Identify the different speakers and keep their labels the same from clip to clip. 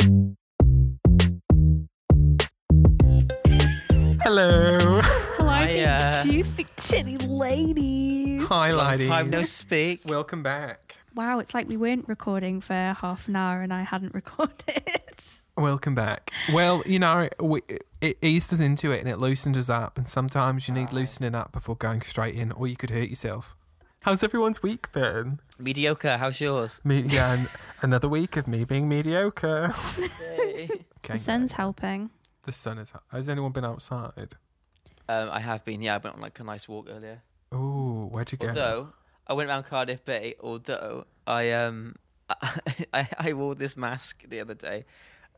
Speaker 1: ladies.
Speaker 2: Hi, ladies.
Speaker 3: Time no speak.
Speaker 2: Welcome back.
Speaker 1: Wow, it's like we weren't recording for half an hour and I hadn't recorded.
Speaker 2: Welcome back. Well, you know, we, it eased us into it and it loosened us up. And sometimes you
Speaker 3: Ah.
Speaker 2: need loosening up before going straight in, or you could hurt yourself. How's everyone's week been?
Speaker 3: Mediocre. How's yours?
Speaker 2: Me, yeah, an- another week of me being mediocre. Okay,
Speaker 1: The sun's helping.
Speaker 2: the sun is. Has anyone been outside?
Speaker 3: um, I have been. Yeah, I went on like a nice walk earlier.
Speaker 2: Oh, where'd you go?
Speaker 3: Although I went around Cardiff Bay. Although I um I, I wore this mask the other day,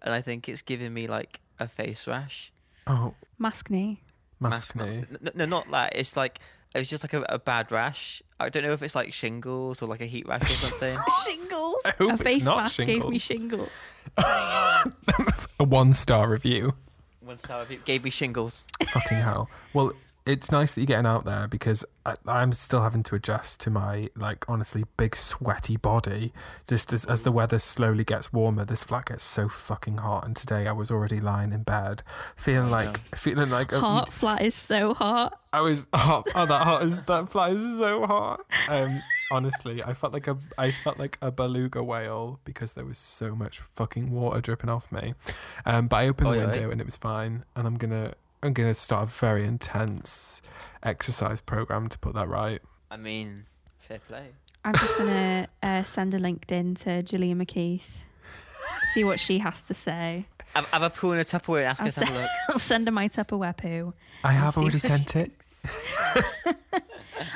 Speaker 3: and I think it's giving me like a face rash.
Speaker 2: oh,
Speaker 1: Mask knee.
Speaker 2: mask
Speaker 3: not-
Speaker 2: me.
Speaker 3: n- n- No, not that. It's like it was just like a, a bad rash. I don't know if it's like shingles or like a heat rash or something.
Speaker 1: Shingles.
Speaker 2: I hope
Speaker 1: a
Speaker 2: it's
Speaker 1: face
Speaker 2: not
Speaker 1: mask gave me shingles.
Speaker 2: A one star review.
Speaker 3: One star review gave me shingles.
Speaker 2: Fucking hell. Well, it's nice that you're getting out there because I, I'm still having to adjust to my like honestly big sweaty body. Just as, as the weather slowly gets warmer, this flat gets so fucking hot. And today I was already lying in bed, feeling like feeling like oh,
Speaker 1: Hot flat is so hot.
Speaker 2: I was hot. Oh, that hot is that flat is so hot. Um, honestly, I felt like a I felt like a beluga whale because there was so much fucking water dripping off me. Um, but I opened
Speaker 3: Oi,
Speaker 2: the
Speaker 3: oi.
Speaker 2: window and it was fine. And I'm gonna I'm gonna start a very intense exercise program to put that right.
Speaker 3: I mean, fair play.
Speaker 1: I'm just gonna uh, send a LinkedIn to Gillian McKeith. See what she has to say.
Speaker 3: Have, have a poo in a Tupperware and ask
Speaker 1: I'll
Speaker 3: us to have a
Speaker 1: se-
Speaker 3: look.
Speaker 1: I'll send her my Tupperware poo.
Speaker 2: I have
Speaker 1: see
Speaker 2: already
Speaker 1: what
Speaker 2: sent it.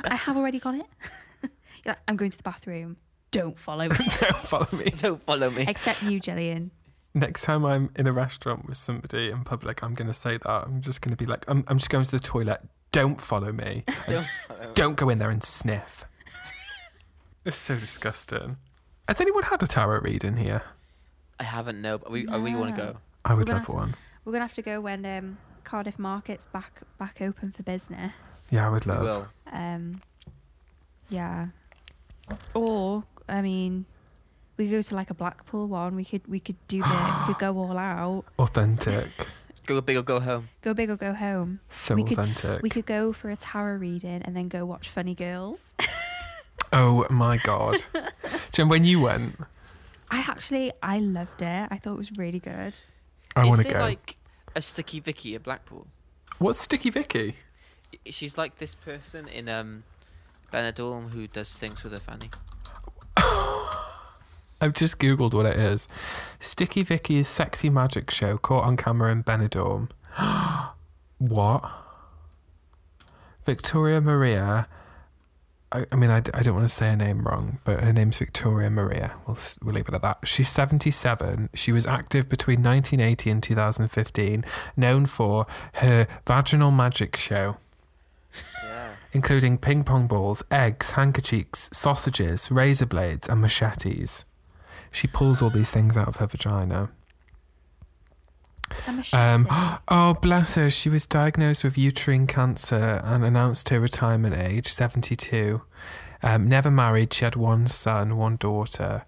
Speaker 1: I have already got it. You're like, I'm going to the bathroom. Don't follow me.
Speaker 2: Follow me.
Speaker 3: Don't follow me.
Speaker 1: Except you, Gillian.
Speaker 2: Next time I'm in a restaurant with somebody in public, I'm gonna say that. I'm just gonna be like, I'm, I'm just going to the toilet. Don't follow me.
Speaker 3: Don't follow me.
Speaker 2: Don't go in there and sniff. it's so disgusting. Has anyone had a tarot read in here?
Speaker 3: I haven't no, but we I really want to
Speaker 1: No.
Speaker 3: go.
Speaker 2: I would
Speaker 1: We're
Speaker 2: love
Speaker 1: gonna-
Speaker 2: one.
Speaker 1: We're gonna have to go when um, Cardiff Market's back back open for business.
Speaker 2: Yeah, I would
Speaker 3: We
Speaker 2: love.
Speaker 3: will.
Speaker 1: Um, yeah. Or I mean, we go to like a Blackpool one. We could we could do the we could go all out.
Speaker 2: Authentic.
Speaker 3: Go big or go home.
Speaker 1: Go big or go home.
Speaker 2: So
Speaker 1: We could-
Speaker 2: authentic.
Speaker 1: We could go for a tarot reading and then go watch Funny Girls.
Speaker 2: Oh my god. Jim, when you went,
Speaker 1: I actually I loved it. I thought it was really good.
Speaker 2: I
Speaker 3: Is
Speaker 2: want to
Speaker 3: there,
Speaker 2: go.
Speaker 3: like a sticky Vicky at Blackpool?
Speaker 2: What's Sticky Vicky?
Speaker 3: I- She's like this person in um Benidorm who does things with her fanny.
Speaker 2: I've just googled what it is. Sticky Vicky is sexy magic show caught on camera in Benidorm. what? Victoria Maria. I, I mean, I, d- I don't want to say her name wrong, but her name's Victoria Maria. We'll, s- we'll leave it at that. She's 77. She was active between 1980 and 2015, known for her vaginal magic show
Speaker 3: Yeah.
Speaker 2: including ping pong balls, eggs, handkerchiefs, sausages, razor blades, and machetes. She pulls all these things out of her vagina.
Speaker 1: I'm a
Speaker 2: Um,
Speaker 1: shitty.
Speaker 2: oh, bless her. She was diagnosed with uterine cancer and announced her retirement age, 72. Um, never married. She had one son, one daughter.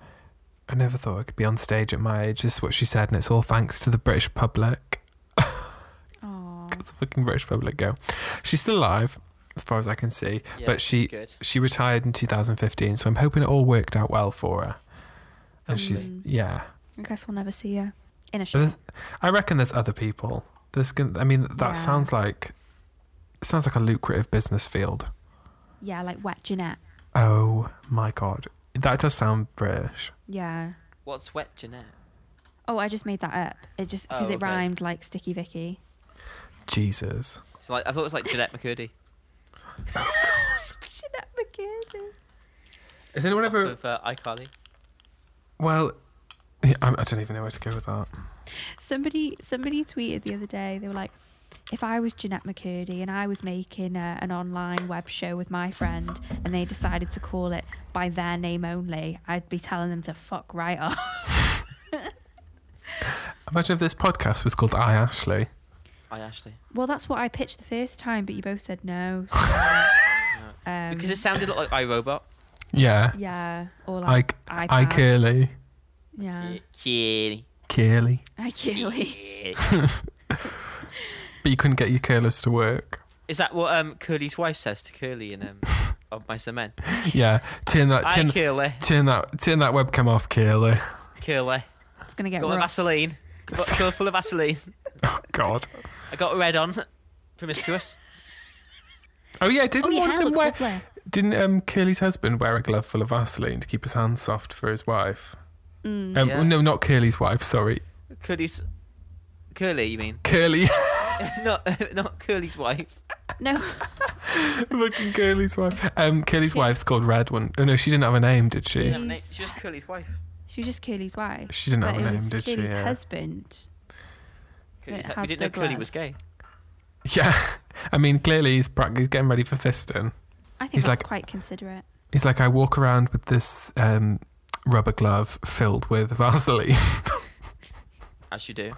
Speaker 2: I never thought I could be on stage at my age. This is what she said, and it's all thanks to the British public.
Speaker 1: Aw.
Speaker 2: It's a fucking British public girl. She's still alive, as far as I can see.
Speaker 3: Yeah,
Speaker 2: But she-
Speaker 3: Good.
Speaker 2: she retired in 2015 so i'm hoping it all worked out well for her and she's
Speaker 1: Hopefully.
Speaker 2: yeah
Speaker 1: I guess we'll never see her in a
Speaker 2: But
Speaker 1: show.
Speaker 2: there's- i reckon there's other people there's gonna i mean that
Speaker 1: Yeah.
Speaker 2: sounds like it sounds like a lucrative business field
Speaker 1: Yeah, like Wet Jeanette.
Speaker 2: oh my god that does sound british
Speaker 1: Yeah.
Speaker 3: What's wet, Jeanette?
Speaker 1: Oh, I just made that up. It just because
Speaker 3: Oh,
Speaker 1: it
Speaker 3: okay.
Speaker 1: rhymed like Sticky Vicky.
Speaker 2: jesus
Speaker 3: So like I thought it was like Jeanette McCurdy.
Speaker 1: Oh, Jeanette McKinsey.
Speaker 2: is anyone ever
Speaker 3: With uh, iCarly.
Speaker 2: well I, I don't even know where to go with that
Speaker 1: Somebody somebody tweeted the other day. They were like, "If I was Jeanette McCurdy and I was making a, an online web show with my friend, and they decided to call it by their name only, I'd be telling them to fuck right off."
Speaker 2: imagine if this podcast was called i ashley
Speaker 3: I Ashley.
Speaker 1: Well, that's what I pitched the first time, but you both said no. so, um,
Speaker 3: Because it sounded like iRobot.
Speaker 2: yeah
Speaker 1: yeah, or
Speaker 2: i
Speaker 1: like iPad.
Speaker 2: i curly
Speaker 1: yeah,
Speaker 3: Kitty.
Speaker 2: curly
Speaker 1: I curly.
Speaker 3: Kitty.
Speaker 2: but you couldn't get your curlers to work
Speaker 3: Is that what um Curly's wife says to Curly in um of my cement?
Speaker 2: Yeah, turn that
Speaker 3: I
Speaker 2: turn,
Speaker 3: Curly,
Speaker 2: turn that turn that webcam off, Keely.
Speaker 3: Curly,
Speaker 1: It's gonna get
Speaker 3: got my
Speaker 1: rough.
Speaker 3: Vaseline, got got full of Vaseline.
Speaker 2: Oh God.
Speaker 3: I got red on, promiscuous.
Speaker 2: Oh yeah, didn't
Speaker 1: Oh, your
Speaker 2: one of
Speaker 1: hair
Speaker 2: them
Speaker 1: looks
Speaker 2: wear?
Speaker 1: lovely.
Speaker 2: Didn't um, Curly's husband wear a glove full of Vaseline to keep his hands soft for his wife?
Speaker 1: Mm.
Speaker 2: um,
Speaker 3: Yeah.
Speaker 2: No, not Curly's wife. Sorry,
Speaker 3: Curly's, Curly, you mean?
Speaker 2: Curly,
Speaker 3: not not Curly's wife.
Speaker 1: No,
Speaker 2: fucking Curly's wife. Um, Curly's wife's called Red One. Oh no, she didn't have a name, did she?
Speaker 3: She didn't have a name.
Speaker 1: Jeez.
Speaker 3: She's just Curly's wife.
Speaker 1: she was just Curly's wife.
Speaker 2: She didn't have
Speaker 1: But
Speaker 2: a
Speaker 1: it was
Speaker 2: name, did she?
Speaker 1: Curly's
Speaker 2: Yeah.
Speaker 1: husband.
Speaker 3: Curly's
Speaker 1: Didn't
Speaker 3: hu-
Speaker 1: have
Speaker 3: we didn't
Speaker 1: the
Speaker 3: know Curly
Speaker 1: glove.
Speaker 3: was gay.
Speaker 2: Yeah. I mean, clearly he's, prac- he's getting ready for fisting.
Speaker 1: I think
Speaker 2: He's
Speaker 1: that's
Speaker 2: like-
Speaker 1: quite considerate.
Speaker 2: He's like, I walk around with this um, rubber glove filled with Vaseline.
Speaker 3: As you do.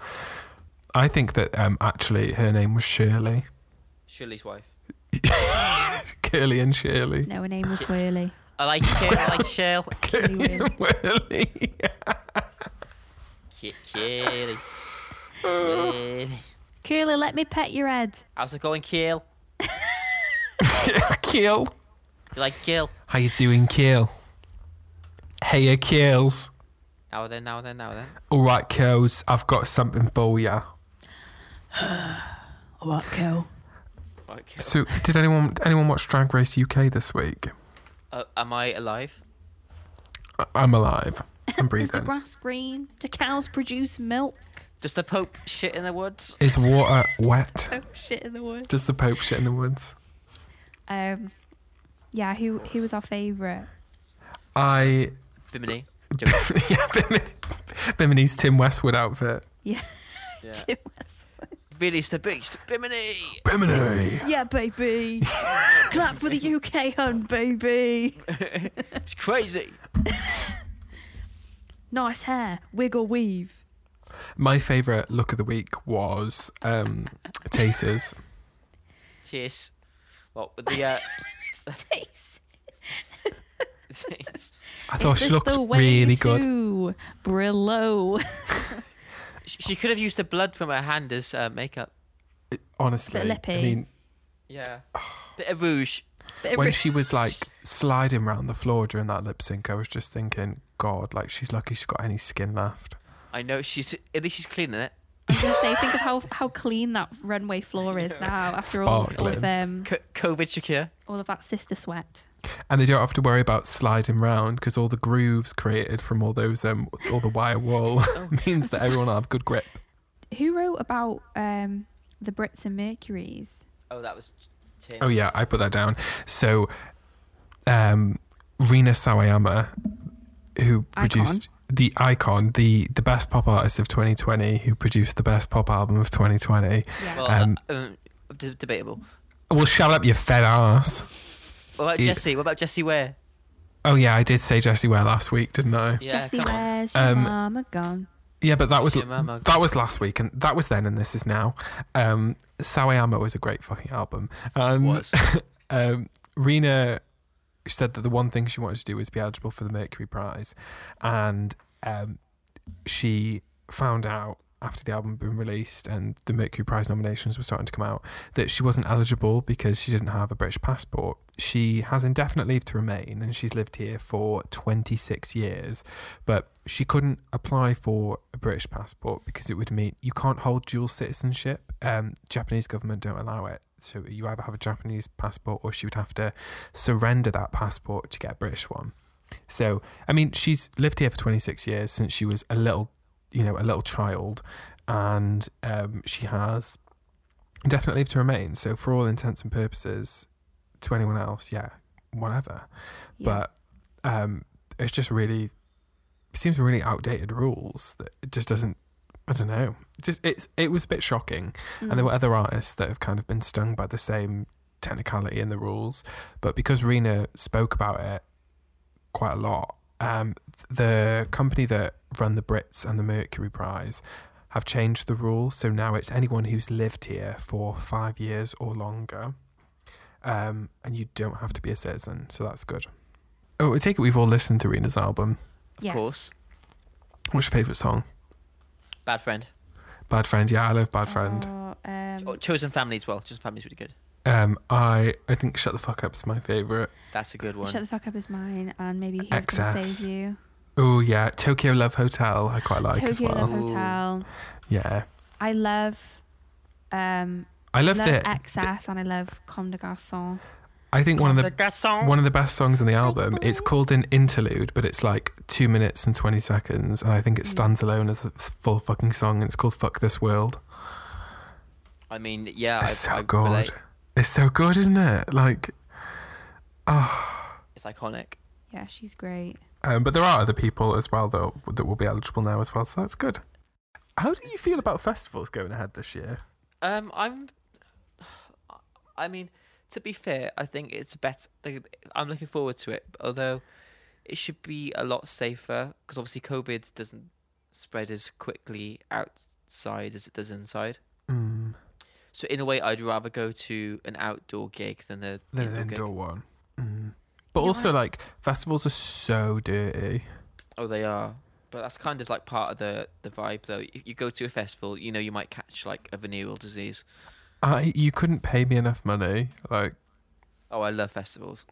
Speaker 2: I think that um, actually her name was Shirley.
Speaker 3: Shirley's wife.
Speaker 2: Curly and Shirley.
Speaker 1: No, her name was Whirly.
Speaker 3: I like Curly. I like Shirley.
Speaker 2: Curly and Whirly.
Speaker 3: Cu- Curly. Curly.
Speaker 1: Curly, let me pet your head.
Speaker 3: How's it going, Keel?
Speaker 2: Keel.
Speaker 3: You like Keel?
Speaker 2: How you doing, Keel? Hey, Keels.
Speaker 3: Now then, now then, now then.
Speaker 2: All right, Keels, I've got something for ya.
Speaker 1: What, Curl?
Speaker 3: Right, Keel.
Speaker 2: So, did anyone anyone watch Drag Race UK this week?
Speaker 3: Uh, am I alive?
Speaker 2: I- I'm alive. I'm
Speaker 1: Is the
Speaker 2: breathing.
Speaker 1: grass green? Do cows produce milk?
Speaker 3: Does the Pope shit in the woods?
Speaker 2: Is water wet?
Speaker 1: Oh shit in the woods.
Speaker 2: Does the Pope shit in the woods?
Speaker 1: Um, yeah. Who who was our favourite?
Speaker 2: I
Speaker 3: Bimini. Joke.
Speaker 2: yeah, Bimini, Bimini's Tim Westwood outfit.
Speaker 1: Yeah.
Speaker 3: Yeah.
Speaker 1: Tim Westwood.
Speaker 3: Release the beast. Bimini.
Speaker 2: Bimini.
Speaker 1: Yeah, baby. Clap for the UK, hun, baby.
Speaker 3: It's crazy.
Speaker 1: Nice hair. Wig or weave.
Speaker 2: My favourite look of the week was um, Taser's.
Speaker 3: Cheers. What with the uh?
Speaker 1: Taste.
Speaker 2: I thought
Speaker 1: Is
Speaker 2: she
Speaker 1: this
Speaker 2: looked
Speaker 1: the way
Speaker 2: really good.
Speaker 1: to Brillo.
Speaker 3: Sh- she could have used the blood from her hand as uh, makeup.
Speaker 2: Honestly,
Speaker 1: Bit lippy.
Speaker 2: I mean,
Speaker 3: Yeah. Bit of rouge.
Speaker 1: Bit of
Speaker 2: when
Speaker 1: ri-
Speaker 2: she was like sliding around the floor during that lip sync, I was just thinking, God, like she's lucky she's got any skin left.
Speaker 3: I know she's at least she's cleaning it.
Speaker 1: I was gonna say, think of how, how clean that runway floor is now after all, all of
Speaker 2: Sparkling.
Speaker 1: um
Speaker 3: C- COVID secure.
Speaker 1: all of that sister sweat.
Speaker 2: And they don't have to worry about sliding round because all the grooves created from all those um, all the wire wool means that everyone will have good grip.
Speaker 1: Who wrote about um the Brits and Mercuries?
Speaker 3: Oh, that was. Tim.
Speaker 2: Oh yeah, I put that down. So, um, Rina Sawayama, who produced the icon, the the best pop artist of 2020, who produced the best pop album of 2020.
Speaker 1: Yeah.
Speaker 3: Well,
Speaker 2: Um,
Speaker 3: uh, um, d- debatable.
Speaker 2: Well, shut up, you fed ass.
Speaker 3: What about
Speaker 2: it-
Speaker 3: Jesse? What about Jesse Ware?
Speaker 2: Oh yeah, I did say Jessie Ware last week, didn't I? Yeah,
Speaker 3: Yeah,
Speaker 1: Jesse,
Speaker 3: come on.
Speaker 1: where's your
Speaker 2: Um,
Speaker 1: mama gone?
Speaker 2: but that was
Speaker 3: Your mama.
Speaker 2: that was last week, and that was then, and this is now. Um, Sawayama was a great fucking album. And
Speaker 3: Was.
Speaker 2: um, Rena said that the one thing she wanted to do was be eligible for the Mercury Prize, and um, she found out after the album had been released and the Mercury Prize nominations were starting to come out that she wasn't eligible because she didn't have a British passport. She has indefinite leave to remain, and she's lived here for 26 years, but she couldn't apply for a British passport because it would mean you can't hold dual citizenship. Um, Japanese government don't allow it. So you either have a Japanese passport or she would have to surrender that passport to get a British one. So I mean, she's lived here for 26 years since she was a little, you know, a little child, and um, she has indefinite leave to remain. So for all intents and purposes, to anyone else, yeah, whatever.
Speaker 1: Yeah.
Speaker 2: But um, it's just really it seems really outdated rules that it just doesn't. I don't know. Just it's it was a bit shocking,
Speaker 1: Mm.
Speaker 2: and there were other artists that have kind of been stung by the same technicality in the rules, but because Rena spoke about it quite a lot, um, the company that run the Brits and the Mercury Prize have changed the rules. So now it's anyone who's lived here for five years or longer, um, and you don't have to be a citizen. So that's good. Oh, I take it we've all listened to Rena's album.
Speaker 3: Of course.
Speaker 2: What's your favourite song?
Speaker 3: Bad friend.
Speaker 2: Bad Friend. Yeah, I love Bad Friend.
Speaker 1: Oh, um,
Speaker 3: Oh, Chosen family as well. Chosen family's really good.
Speaker 2: Um, I I think shut the fuck up's my favorite.
Speaker 3: That's a good one.
Speaker 1: Shut the fuck up is mine, and maybe who's gonna
Speaker 2: Excess.
Speaker 1: save you?
Speaker 2: Oh yeah, Tokyo Love Hotel. I quite like as
Speaker 1: Tokyo
Speaker 2: well.
Speaker 1: Love
Speaker 3: Ooh.
Speaker 1: Hotel.
Speaker 2: Yeah,
Speaker 1: I love, um,
Speaker 2: I loved
Speaker 1: love
Speaker 2: it.
Speaker 1: Excess, and I love Comme des Garçons.
Speaker 2: I think one of the
Speaker 3: That song.
Speaker 2: one of the best songs on the album. It's called an interlude, but it's like two minutes and twenty seconds, and I think it
Speaker 1: Mm.
Speaker 2: stands alone as a s- full fucking song. And it's called "Fuck This World."
Speaker 3: I mean, yeah,
Speaker 2: it's
Speaker 3: I,
Speaker 2: so
Speaker 3: I
Speaker 2: good.
Speaker 3: relate.
Speaker 2: It's so good, isn't it? Like,
Speaker 3: It's iconic.
Speaker 1: Yeah, she's great.
Speaker 2: um, but there are other people as well that that will be eligible now as well. So that's good. How do you feel about festivals going ahead this year?
Speaker 3: Um, I'm. I mean, to be fair, I think it's better. I'm looking forward to it, although it should be a lot safer because obviously COVID doesn't spread as quickly outside as it does inside.
Speaker 2: Mm,
Speaker 3: So in a way, I'd rather go to an outdoor gig than a
Speaker 2: than an
Speaker 3: indoor gig.
Speaker 2: indoor one. Mm. But
Speaker 1: You know
Speaker 2: also,
Speaker 1: what?
Speaker 2: like festivals are so dirty.
Speaker 3: Oh, they are. But that's kind of like part of the the vibe, though. You, you go to a festival, you know, you might catch like a venereal disease.
Speaker 2: I you couldn't pay me enough money. Like
Speaker 3: Oh, I love festivals.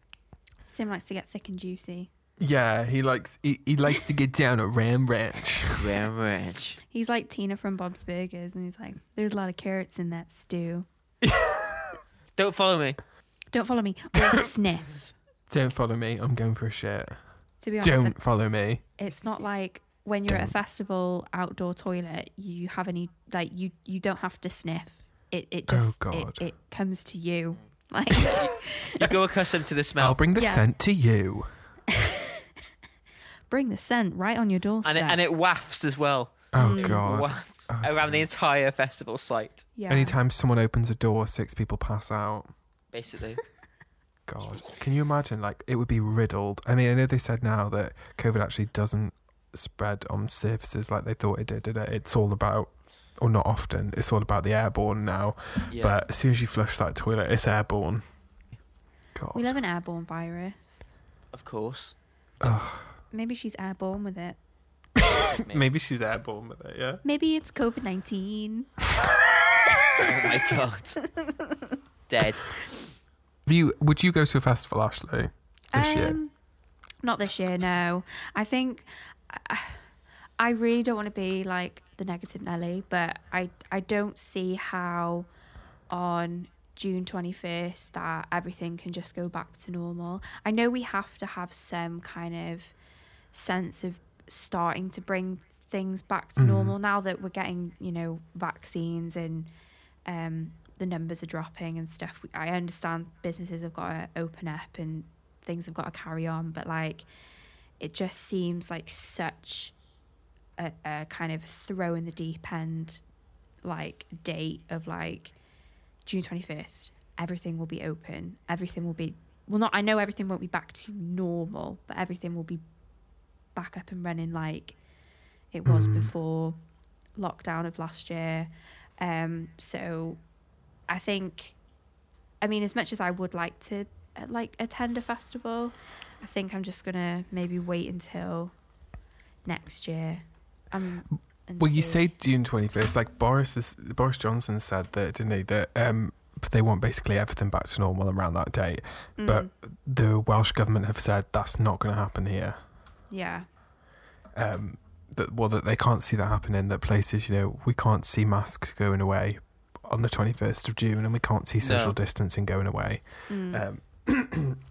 Speaker 1: Sim likes to get thick and juicy.
Speaker 2: yeah, he likes he, he likes to get down at Ram Ranch.
Speaker 3: Rare ranch.
Speaker 1: He's like Tina from Bob's Burgers, and he's like, "There's a lot of carrots in that stew.
Speaker 3: Don't follow me.
Speaker 1: Don't follow me or sniff."
Speaker 2: Don't follow me. I'm going for a shit.
Speaker 1: To be honest,
Speaker 2: Don't follow me.
Speaker 1: it's not like when you're at a
Speaker 2: Don't.
Speaker 1: festival outdoor toilet, you have any like you you don't have to sniff. It it
Speaker 2: Oh,
Speaker 1: just
Speaker 2: God.
Speaker 1: it, it comes to you. Like
Speaker 3: You go accustomed to the
Speaker 2: I'll
Speaker 3: smell,
Speaker 2: bring the
Speaker 1: Yeah.
Speaker 2: scent to you.
Speaker 1: bring the scent right on your doorstep.
Speaker 3: and it, and it wafts as well.
Speaker 2: Oh
Speaker 1: Mm.
Speaker 2: god.
Speaker 3: Wafts
Speaker 2: Oh,
Speaker 3: around the
Speaker 2: dear.
Speaker 3: entire festival site,
Speaker 1: yeah.
Speaker 2: Anytime someone opens a door, six people pass out.
Speaker 3: basically.
Speaker 2: God, can you imagine? Like it would be riddled. I mean, I know they said now that COVID actually doesn't spread on surfaces like they thought it did. Did it? It's all about, or not often. It's all about the airborne now.
Speaker 3: Yeah.
Speaker 2: But as soon as you flush that toilet, it's airborne. God.
Speaker 1: We love an airborne virus.
Speaker 3: of course.
Speaker 1: Maybe she's airborne with it.
Speaker 2: Maybe she's airborne with it, yeah?
Speaker 1: Maybe it's COVID nineteen.
Speaker 3: Oh my god. Dead.
Speaker 2: You, would you go to a festival, Ashley, this
Speaker 1: Um,
Speaker 2: year?
Speaker 1: Not this year, no. I think I, I really don't want to be like the negative Nelly, but I I don't see how on June 21st that everything can just go back to normal. I know we have to have some kind of sense of starting to bring things back to normal now that we're getting, you know, vaccines and um, the numbers are dropping and stuff. We- I understand businesses have got to open up and things have got to carry on, but like it just seems like such a, a kind of throw in the deep end like date of like June 21st. Everything will be open. Everything will be well not I know everything won't be back to normal, but everything will be back up and running like it was
Speaker 2: Mm.
Speaker 1: before lockdown of last year. Um, so I think, I mean, as much as I would like to uh, like attend a festival, I think I'm just gonna maybe wait until next year. Um, and
Speaker 2: Well, you
Speaker 1: see.
Speaker 2: say June 21st. Like Boris is, Boris Johnson said that, didn't he? That um, they want basically everything back to normal around that date. But
Speaker 1: Mm,
Speaker 2: the Welsh government have said that's not going to happen here.
Speaker 1: yeah,
Speaker 2: Um, that well, that they can't see that happening. That places, you know, we can't see masks going away on the 21st of June, and we can't see social
Speaker 3: No.
Speaker 2: distancing going away.
Speaker 1: mm,
Speaker 2: um,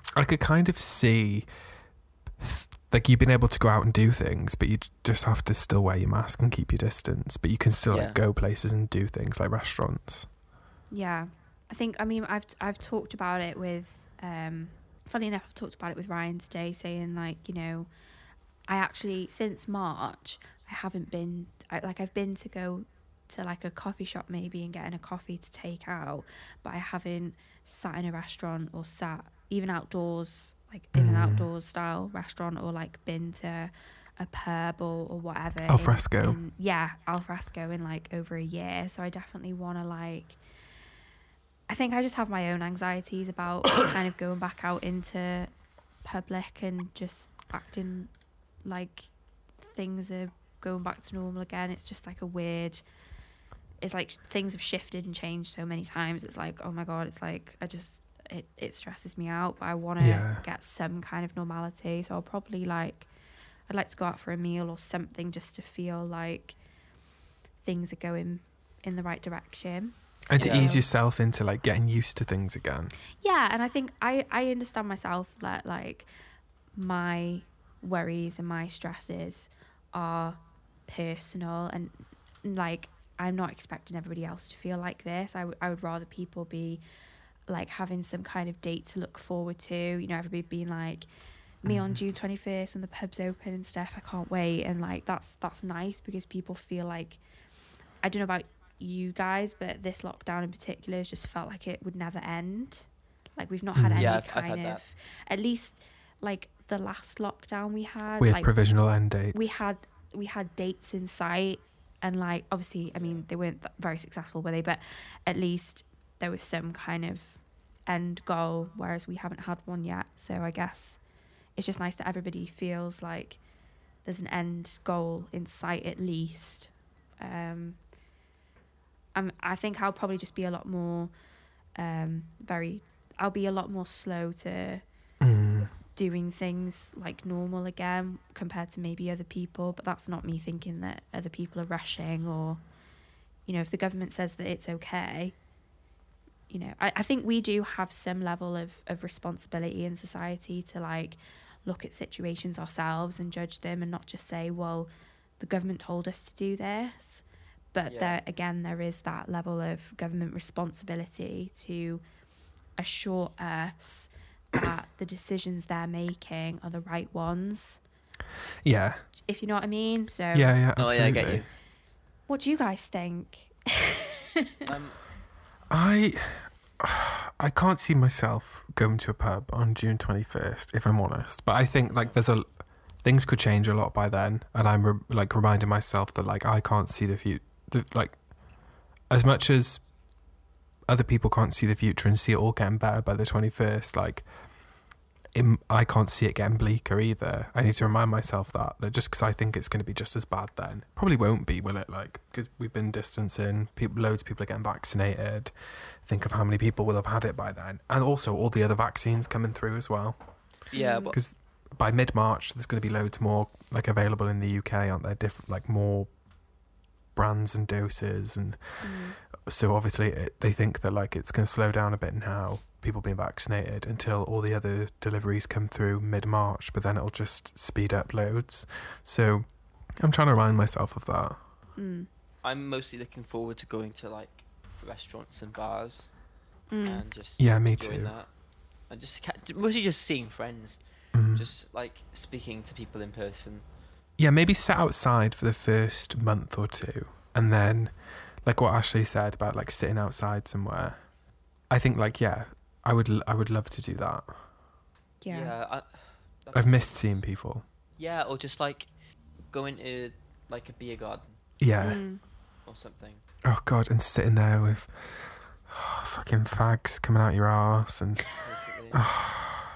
Speaker 2: I could kind of see like you've been able to go out and do things, but you j- just have to still wear your mask and keep your distance. But you can still
Speaker 3: Yeah.
Speaker 2: like go places and do things like restaurants.
Speaker 1: yeah. I think I mean I've I've talked about it with um, funny enough I've talked about it with Ryan today, saying like you know, I actually since March I haven't been I, like I've been to go to like a coffee shop maybe and getting a coffee to take out, but I haven't sat in a restaurant or sat even outdoors like in an
Speaker 2: Mm.
Speaker 1: outdoors style restaurant or like been to a pub or, or whatever.
Speaker 2: Al
Speaker 1: in-
Speaker 2: fresco.
Speaker 1: in- Um, yeah, al fresco in like over a year. So I definitely want to like. I think I just have my own anxieties about kind of going back out into public and just acting like things are going back to normal again. It's just like a weird it's like sh- things have shifted and changed so many times. It's like, oh my god, it's like I just it, it stresses me out. But I want to
Speaker 2: Yeah.
Speaker 1: get some kind of normality, so I'll probably like I'd like to go out for a meal or something just to feel like things are going in the right direction.
Speaker 2: and to
Speaker 3: Yeah.
Speaker 2: ease yourself into like getting used to things again.
Speaker 1: Yeah, and I think I I understand myself that like my worries and my stresses are personal and like I'm not expecting everybody else to feel like this. I would- I would rather people be like having some kind of date to look forward to. You know, everybody being like me on June 21st when the pub's open and stuff. I can't wait and like that's that's nice because people feel like I don't know about you guys, but this lockdown in particular has just felt like it would never end. Like we've not had
Speaker 2: Mm.
Speaker 1: any
Speaker 3: Yeah, I've- I've
Speaker 1: kind
Speaker 3: had
Speaker 1: of
Speaker 3: that.
Speaker 1: at least like the last lockdown we had
Speaker 2: Weird
Speaker 1: like
Speaker 2: provisional end dates.
Speaker 1: we had we had dates in sight and like obviously i mean they weren't that very successful were they but at least there was some kind of end goal whereas we haven't had one yet so i guess it's just nice that everybody feels like there's an end goal in sight at least um I'm, i think i'll probably just be a lot more um very i'll be a lot more slow to
Speaker 2: Mm.
Speaker 1: doing things like normal again compared to maybe other people but that's not me thinking that other people are rushing or you know if the government says that it's okay you know i, I think we do have some level of, of responsibility in society to like look at situations ourselves and judge them and not just say well the government told us to do this but
Speaker 3: Yeah.
Speaker 1: there again there is that level of government responsibility to assure us that the decisions they're making are the right ones,
Speaker 2: Yeah.
Speaker 1: if you know what I mean. So,
Speaker 2: Yeah, yeah,
Speaker 3: Oh,
Speaker 2: absolutely.
Speaker 3: yeah, I get you.
Speaker 1: what do you guys think?
Speaker 3: Um,
Speaker 2: I I can't see myself going to a pub on June 21st if I'm honest but I think like there's a things could change a lot by then and I'm re- like reminding myself that like I can't see the future like as much as other people can't see the future and see it all getting better by the 21st like im- I can't see it getting bleaker either. I need to remind myself that that just because I think it's going to be just as bad, then probably won't be, will it? Like because we've been distancing, people, loads of people are getting vaccinated. Think of how many people will have had it by then, and also all the other vaccines coming through as well.
Speaker 3: yeah, but
Speaker 2: Because by mid March, there's going to be loads more like available in the UK, aren't there? Different like more brands and doses and
Speaker 1: Mm.
Speaker 2: so obviously it, they think that like it's going to slow down a bit now people being vaccinated until all the other deliveries come through mid-march but then it'll just speed up loads so i'm trying to remind myself of that
Speaker 1: Mm.
Speaker 3: I'm mostly looking forward to going to like restaurants and bars
Speaker 1: Mm.
Speaker 3: and just
Speaker 2: Yeah, me
Speaker 3: enjoying
Speaker 2: too.
Speaker 3: That. And just ca- mostly just seeing friends,
Speaker 2: Mm.
Speaker 3: just like speaking to people in person.
Speaker 2: yeah maybe sit outside for the first month or two and then like what ashley said about like sitting outside somewhere i think like yeah i would l- i would love to do that
Speaker 1: Yeah.
Speaker 3: I,
Speaker 2: i've missed seeing people
Speaker 3: Yeah, or just like going to like a beer garden
Speaker 2: yeah
Speaker 1: Mm.
Speaker 3: or something.
Speaker 2: Oh god, and sitting there with oh, fucking fags coming out your arse and
Speaker 3: Basically.
Speaker 2: Ah,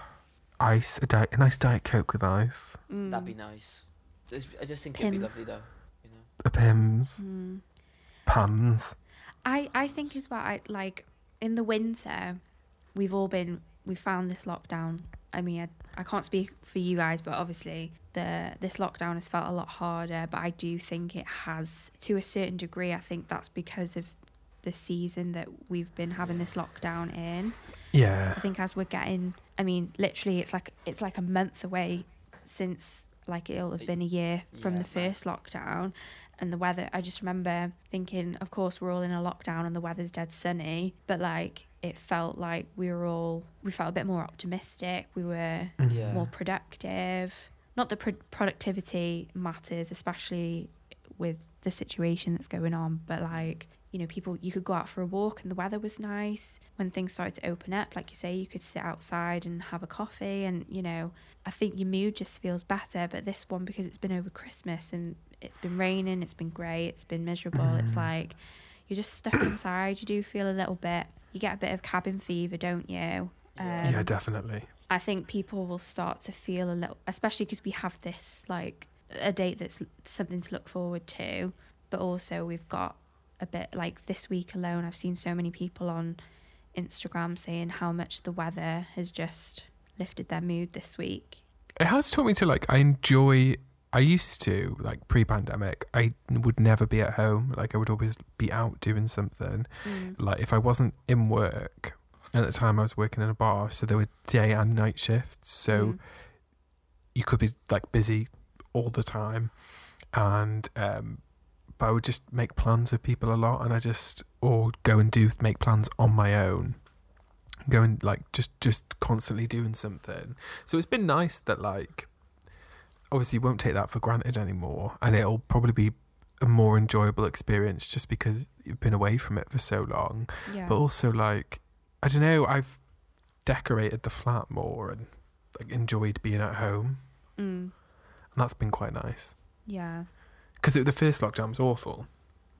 Speaker 2: ice, a, di- a nice diet coke with ice,
Speaker 3: That'd
Speaker 1: Mm.
Speaker 3: be nice. Just- I just think it'd be
Speaker 1: Pims.
Speaker 3: lovely though. You know.
Speaker 2: a pims,
Speaker 1: Mm.
Speaker 2: pans.
Speaker 1: I, I think as well, I, like in the winter, we've all been, we found this lockdown. I mean, I, I can't speak for you guys, but obviously the this lockdown has felt a lot harder. But I do think it has, to a certain degree, I think that's because of the season that we've been having this lockdown in. I
Speaker 2: Yeah,
Speaker 1: think as we're getting, I mean, literally, it's like it's like a month away since like it'll have been a year from
Speaker 3: Yeah,
Speaker 1: the
Speaker 3: man.
Speaker 1: first lockdown, and the weather. I just remember thinking, of course, we're all in a lockdown and the weather's dead sunny, but like it felt like we were all we felt a bit more optimistic. We were
Speaker 3: Yeah.
Speaker 1: more productive. Not that pro- productivity matters, especially with the situation that's going on, but like, you know, people, you could go out for a walk and the weather was nice. When things started to open up, like you say, you could sit outside and have a coffee. And, you know, I think your mood just feels better. But this one, because it's been over Christmas and it's been raining, it's been grey, it's been miserable,
Speaker 3: Mm.
Speaker 1: it's like you're just stuck inside. You do feel a little bit, you get a bit of cabin fever, don't you? Um,
Speaker 3: Yeah.
Speaker 2: yeah, definitely.
Speaker 1: I think people will start to feel a little, especially because we have this like a date that's something to look forward to, but also we've got a bit like this week alone I've seen so many people on Instagram saying how much the weather has just lifted their mood this week.
Speaker 2: It has taught me to like I enjoy I used to like pre-pandemic I would never be at home like I would always be out doing something like if I wasn't in work at the time I was working in a bar so there were day and night shifts so
Speaker 1: Mm.
Speaker 2: you could be like busy all the time and um but I would just make plans with people a lot and I just or go and do make plans on my own go and like just just constantly doing something so it's been nice that like obviously you won't take that for granted anymore and it'll probably be a more enjoyable experience just because you've been away from it for so long
Speaker 1: yeah.
Speaker 2: but also like I don't know I've decorated the flat more and like enjoyed being at home and
Speaker 1: Mm.
Speaker 2: that's been quite nice
Speaker 1: Yeah.
Speaker 2: because the first lockdown was awful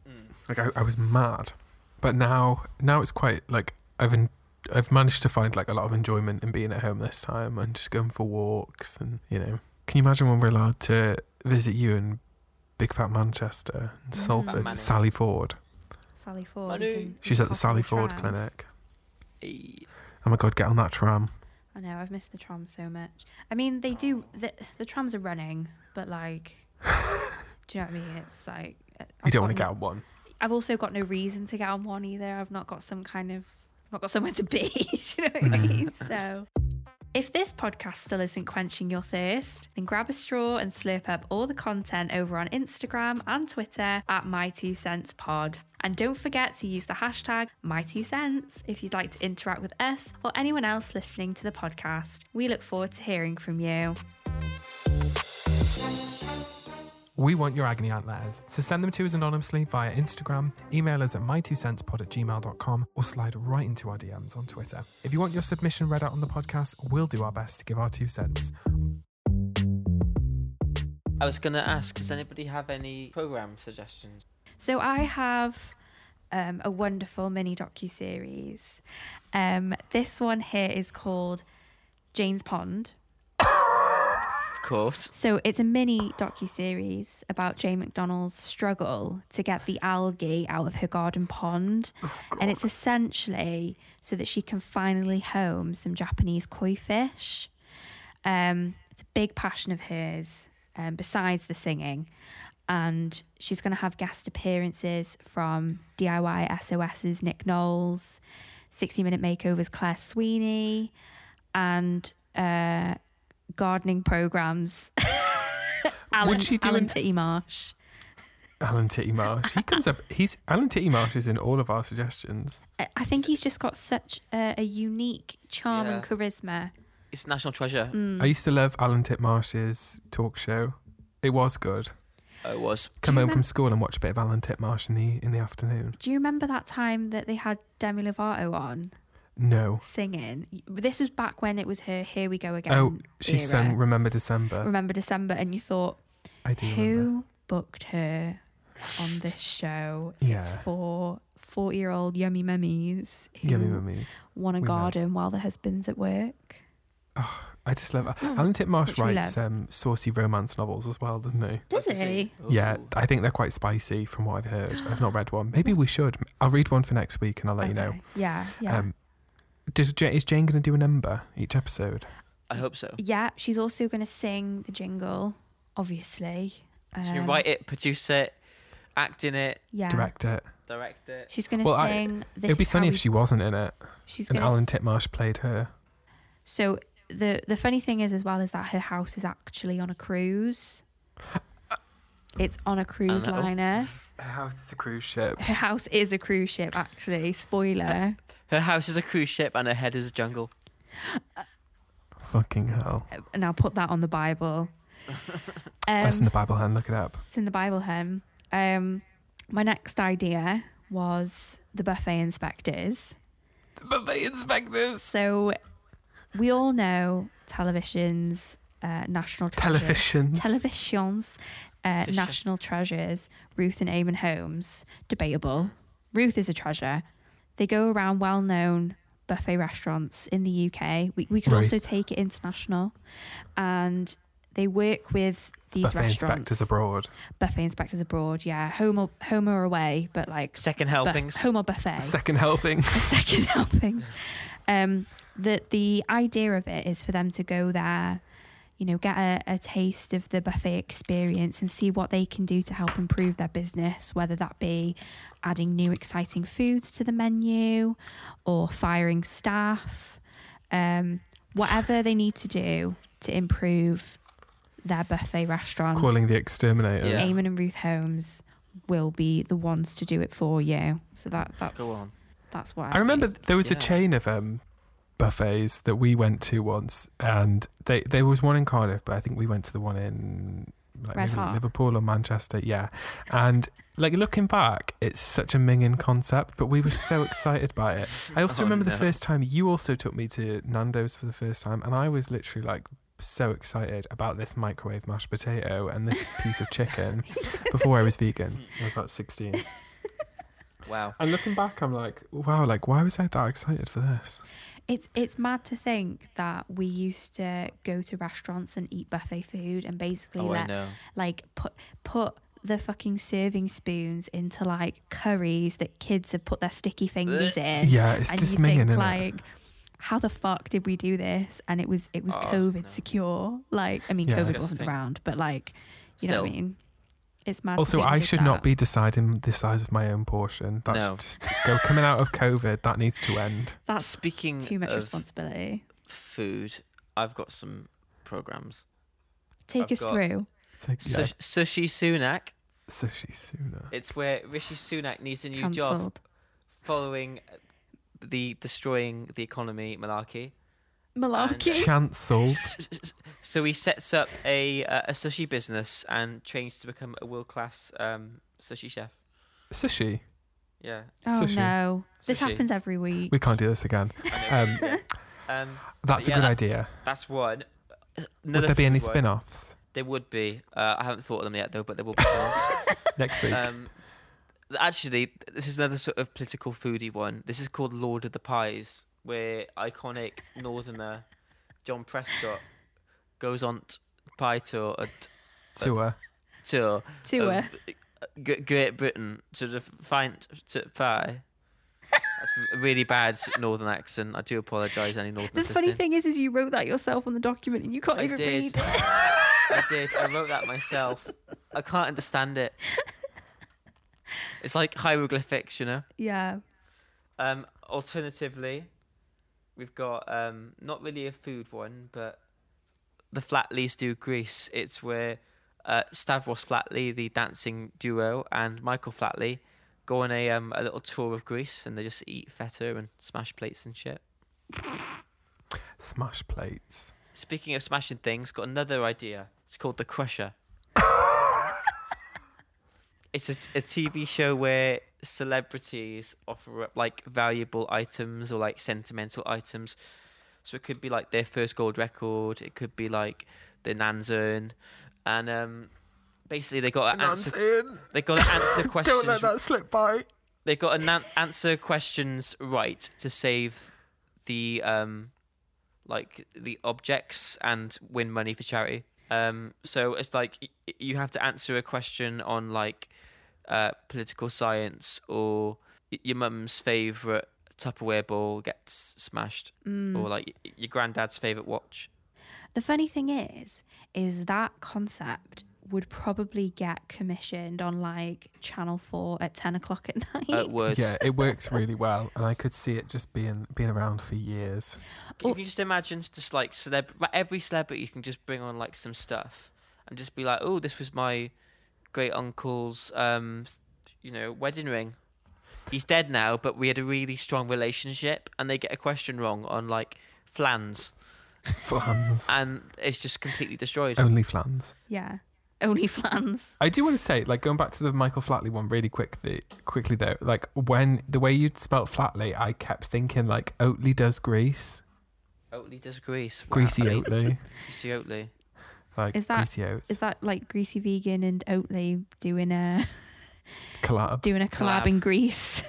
Speaker 3: Mm.
Speaker 2: like I, I was mad but now now it's quite like I've en- I've managed to find like a lot of enjoyment in being at home this time and just going for walks and you know can you imagine when we're allowed to visit you in Big Fat Manchester and
Speaker 1: Mm.
Speaker 2: Salford
Speaker 3: Manning.
Speaker 2: Sally Ford
Speaker 1: Sally Ford.
Speaker 3: Manu.
Speaker 1: can-
Speaker 2: she's at the
Speaker 1: pop
Speaker 2: Sally
Speaker 1: on
Speaker 2: Ford
Speaker 1: tram.
Speaker 2: clinic
Speaker 3: Eh,
Speaker 2: oh my god get on that tram
Speaker 1: I know, I've missed the tram so much. I mean, they do,
Speaker 2: Oh.
Speaker 1: the, the trams are running, but like, do you know what I mean? It's like. uh,
Speaker 2: you don't want to get on one
Speaker 1: I've also got no reason to get on one either. I've not got some kind of, I've not got somewhere to be. do you know what I mean? So, if this podcast still isn't quenching your thirst, then grab a straw and slurp up all the content over on Instagram and Twitter at My Two Cents Pod. And don't forget to use the hashtag My Two Cents if you'd like to interact with us or anyone else listening to the podcast. We look forward to hearing from you.
Speaker 2: We want your agony aunt letters, so send them to us anonymously via Instagram, email us at mytwocentspod at gmail.com, or slide right into our DMs on Twitter. If you want your submission read out on the podcast, we'll do our best to give our two cents.
Speaker 3: I was gonna ask, does anybody have any program suggestions?
Speaker 1: So I have um, a wonderful mini docu series. Um, this one here is called Jane's Pond.
Speaker 3: Of course.
Speaker 1: So it's a mini docu series about Jane McDonald's struggle to get the algae out of her garden pond, and it's essentially so that she can finally home some Japanese koi fish. Um, it's a big passion of hers, um, besides the singing. And she's going to have guest appearances from DIY SOS's Nick Knowles, 60 Minute Makeover's Claire Sweeney, and uh, gardening programs. Alan,
Speaker 2: Would she do
Speaker 1: Alan
Speaker 2: an-
Speaker 1: Titty Marsh.
Speaker 2: Alan Titty Marsh. He comes up, he's Alan Titty Marsh is in all of our suggestions.
Speaker 1: I- I think he's just got such a, a unique charm and
Speaker 3: Yeah.
Speaker 1: charisma.
Speaker 3: It's National Treasure.
Speaker 1: Mm.
Speaker 2: I used to love Alan Titmarsh's talk show. It was good.
Speaker 3: Oh, it was.
Speaker 2: Come home from
Speaker 1: remember-
Speaker 2: school and watch a bit of Alan Titmarsh in the in the afternoon.
Speaker 1: Do you remember that time that they had Demi Lovato on
Speaker 2: No.
Speaker 1: singing? This was back when it was her "Here We Go Again."
Speaker 2: Oh, she
Speaker 1: era.
Speaker 2: sang Remember December.
Speaker 1: Remember December, and you thought,
Speaker 2: I do
Speaker 1: Mm. who
Speaker 2: remember.
Speaker 1: booked her on this show?
Speaker 2: Yeah.
Speaker 1: It's for forty-year-old yummy mummies
Speaker 2: Give me
Speaker 1: who
Speaker 2: mummies.
Speaker 1: want a
Speaker 2: We love.
Speaker 1: garden while the husband's at work.
Speaker 2: I just love Alan Titmarsh
Speaker 1: Which Hmm. we
Speaker 2: writes um, saucy romance novels as well, doesn't he?
Speaker 1: Does
Speaker 3: Does
Speaker 1: he?
Speaker 2: Yeah,
Speaker 3: Ooh.
Speaker 2: I think they're quite spicy from what I've heard. I've not read one. Maybe we should. I'll read one for next week and I'll let you know.
Speaker 1: Okay. Yeah, yeah.
Speaker 2: Um, does Ja is Jane going to do a number each episode?
Speaker 3: I hope so.
Speaker 1: Yeah, she's also going to sing the jingle, obviously.
Speaker 3: She
Speaker 1: Um,
Speaker 3: can write it, produce it, act in it,
Speaker 1: Yeah.
Speaker 2: Direct it.
Speaker 3: direct it.
Speaker 1: She's going to
Speaker 2: Well, I-
Speaker 1: sing. Uh, this
Speaker 2: It'd be
Speaker 1: is how
Speaker 2: funny if
Speaker 1: we-
Speaker 2: she wasn't in it
Speaker 1: She's
Speaker 2: and
Speaker 1: gonna
Speaker 2: Alan Titmarsh played her.
Speaker 1: So the the funny thing is as well is that her house is actually on a cruise. It's on a cruise
Speaker 3: Hello.
Speaker 1: liner.
Speaker 2: Her house is a cruise ship.
Speaker 1: Her house is a cruise ship, actually. Spoiler.
Speaker 3: Her house is a cruise ship and her head is a jungle.
Speaker 2: Fucking hell.
Speaker 1: And I'll put that on the Bible.
Speaker 2: That's in
Speaker 1: Um,
Speaker 2: the Bible hand. Look it up.
Speaker 1: it's in the Bible, hymn. Um, my next idea was the buffet inspectors.
Speaker 2: But they inspect this.
Speaker 1: So we all know television's uh, national treasure.
Speaker 2: Televisions.
Speaker 1: televisions, uh,
Speaker 3: Fish-
Speaker 1: national treasures, Ruth and Eamon Holmes, debatable. Ruth is a treasure. They go around well known buffet restaurants in the UK. We, we could
Speaker 2: Right.
Speaker 1: also take it international. And they work with these
Speaker 2: Buffet
Speaker 1: restaurants.
Speaker 2: inspectors abroad.
Speaker 1: buffet inspectors abroad. Yeah, home or home or away, but like
Speaker 3: Second
Speaker 1: buff-
Speaker 3: helpings.
Speaker 1: home or buffet.
Speaker 2: Second helping.
Speaker 1: A second helping. Um, that the idea of it is for them to go there, you know, get a, a taste of the buffet experience and see what they can do to help improve their business, whether that be adding new exciting foods to the menu or firing staff, um, whatever they need to do to improve their buffet restaurant.
Speaker 2: Calling the exterminators.
Speaker 3: Yeah.
Speaker 1: Eamon and Ruth Holmes will be the ones to do it for you. So that that's
Speaker 3: Go on.
Speaker 1: that's what I,
Speaker 2: I remember
Speaker 1: think.
Speaker 2: there was
Speaker 3: Yeah.
Speaker 2: a chain of um, buffets that we went to once, and they there was one in Cardiff, but I think we went to the one in like
Speaker 1: Red
Speaker 2: maybe
Speaker 1: Hot.
Speaker 2: Liverpool or Manchester. Yeah, and like looking back, it's such a minging concept, but we were so excited by it. I also
Speaker 3: Oh,
Speaker 2: remember
Speaker 3: no.
Speaker 2: the first time you also took me to Nando's for the first time, and I was literally like. So excited about this microwave mashed potato and this piece of chicken before I was vegan. I was about 16.
Speaker 3: Wow.
Speaker 2: And looking back, I'm like, wow, like, why was I that excited for this?
Speaker 1: It's it's mad to think that we used to go to restaurants and eat buffet food and basically
Speaker 3: Oh, I
Speaker 1: let
Speaker 3: know.
Speaker 1: like put put the fucking serving spoons into like curries that kids have put their sticky fingers in.
Speaker 2: Yeah, it's
Speaker 1: and
Speaker 2: just
Speaker 1: you
Speaker 2: minging, isn't
Speaker 1: think
Speaker 2: it?
Speaker 1: like how the fuck did we do this? And it was it was
Speaker 3: Oh,
Speaker 1: COVID
Speaker 3: no.
Speaker 1: secure. Like I mean
Speaker 2: Yeah.
Speaker 1: COVID wasn't
Speaker 3: Disgusting.
Speaker 1: around, but like you know what I
Speaker 3: Still.
Speaker 1: mean? It's mad. to
Speaker 2: Also,
Speaker 1: think we
Speaker 2: I
Speaker 1: did
Speaker 2: should not
Speaker 1: that.
Speaker 2: be deciding the size of my own portion. That's
Speaker 3: No.
Speaker 2: just go coming out of COVID. That needs to end.
Speaker 1: that's
Speaker 3: Speaking
Speaker 1: too much
Speaker 3: of
Speaker 1: responsibility.
Speaker 3: food, I've got some programs.
Speaker 1: Take
Speaker 3: I've
Speaker 1: us
Speaker 3: got-
Speaker 1: through.
Speaker 2: It's like, yeah,
Speaker 3: Sush Sushi Sunak.
Speaker 2: sushi sooner.
Speaker 3: It's where Rishi Sunak needs a new job
Speaker 1: Cancelled.
Speaker 3: following the destroying the economy malarkey.
Speaker 1: Malarkey.
Speaker 2: Chancelled.
Speaker 3: So he sets up a uh, a sushi business and trains to become a world class um, sushi chef.
Speaker 2: Sushi.
Speaker 3: Yeah.
Speaker 1: Oh
Speaker 2: Sushi.
Speaker 1: no. This
Speaker 3: Sushi.
Speaker 1: happens every week.
Speaker 2: We can't do this again.
Speaker 3: I
Speaker 2: Um,
Speaker 3: know. um,
Speaker 2: that's a
Speaker 3: Yeah,
Speaker 2: good
Speaker 3: that-
Speaker 2: idea.
Speaker 3: that's one.
Speaker 2: Would
Speaker 3: Another
Speaker 2: there be any
Speaker 3: third one.
Speaker 2: spin offs
Speaker 3: There would be. Uh, I haven't thought of them yet though, but there will be. one.
Speaker 2: next week?
Speaker 3: um, actually, this is another sort of political foodie one. This is called Lord of the Pies, where iconic Northerner John Prescott goes on t- pie tour a t-
Speaker 2: Tour.
Speaker 3: tour
Speaker 1: Two
Speaker 3: of G- Great Britain to the find to pie. That's a really bad Northern accent. I do apologise, any Northern.
Speaker 1: The funny thing is, is you wrote that yourself on the document and you can't
Speaker 3: I
Speaker 1: even read. it.
Speaker 3: did. I did. I wrote that myself. I can't understand it. It's like hieroglyphics, you know.
Speaker 1: Yeah.
Speaker 3: Um, alternatively, we've got um, not really a food one, but the Flatleys do Greece. It's where uh, Stavros Flatley, the dancing duo, and Michael Flatley go on a um, a little tour of Greece, and they just eat feta and smash plates and shit.
Speaker 2: Smash plates.
Speaker 3: Speaking of smashing things, got another idea. It's called The Crusher. it's a, a TV show where celebrities offer up like valuable items or like sentimental items. So it could be like their first gold record. It could be like their nan's urn, and um, basically they got to answer. They got to answer questions.
Speaker 2: Don't let that slip by.
Speaker 3: They got to nan- answer questions right to save the um, like the objects and win money for charity. Um, so it's like y- y- you have to answer a question on like uh, political science or y- your mum's favorite Tupperware ball gets smashed, or like y- your granddad's favorite watch.
Speaker 1: The funny thing is, is that concept would probably get commissioned on like Channel Four at ten o'clock at night,
Speaker 3: Uh, words.
Speaker 2: Yeah, it works really well, and I could see it just being being around for years.
Speaker 3: You can just imagine just like celeb- like, every celebrity you can just bring on like some stuff and just be like, oh, this was my great uncle's, um, you know, wedding ring. He's dead now, but we had a really strong relationship, and they get a question wrong on like flans,
Speaker 2: Flans.
Speaker 3: and it's just completely destroyed.
Speaker 2: Only flans.
Speaker 1: yeah, only fans.
Speaker 2: I do want to say, like going back to the Michael Flatley one really quickly, quickly though. Like when the way you spelt Flatley, I kept thinking like Oatley does grease,
Speaker 3: Oatley does grease. Wow,
Speaker 2: greasy
Speaker 3: I mean,
Speaker 2: Oatley,
Speaker 3: Greasy Oatley.
Speaker 2: like
Speaker 1: Is that-
Speaker 2: greasy oats
Speaker 1: Is that like Greasy Vegan and Oatley doing a
Speaker 2: collab
Speaker 1: doing a collab,
Speaker 3: Collab.
Speaker 1: in Greece?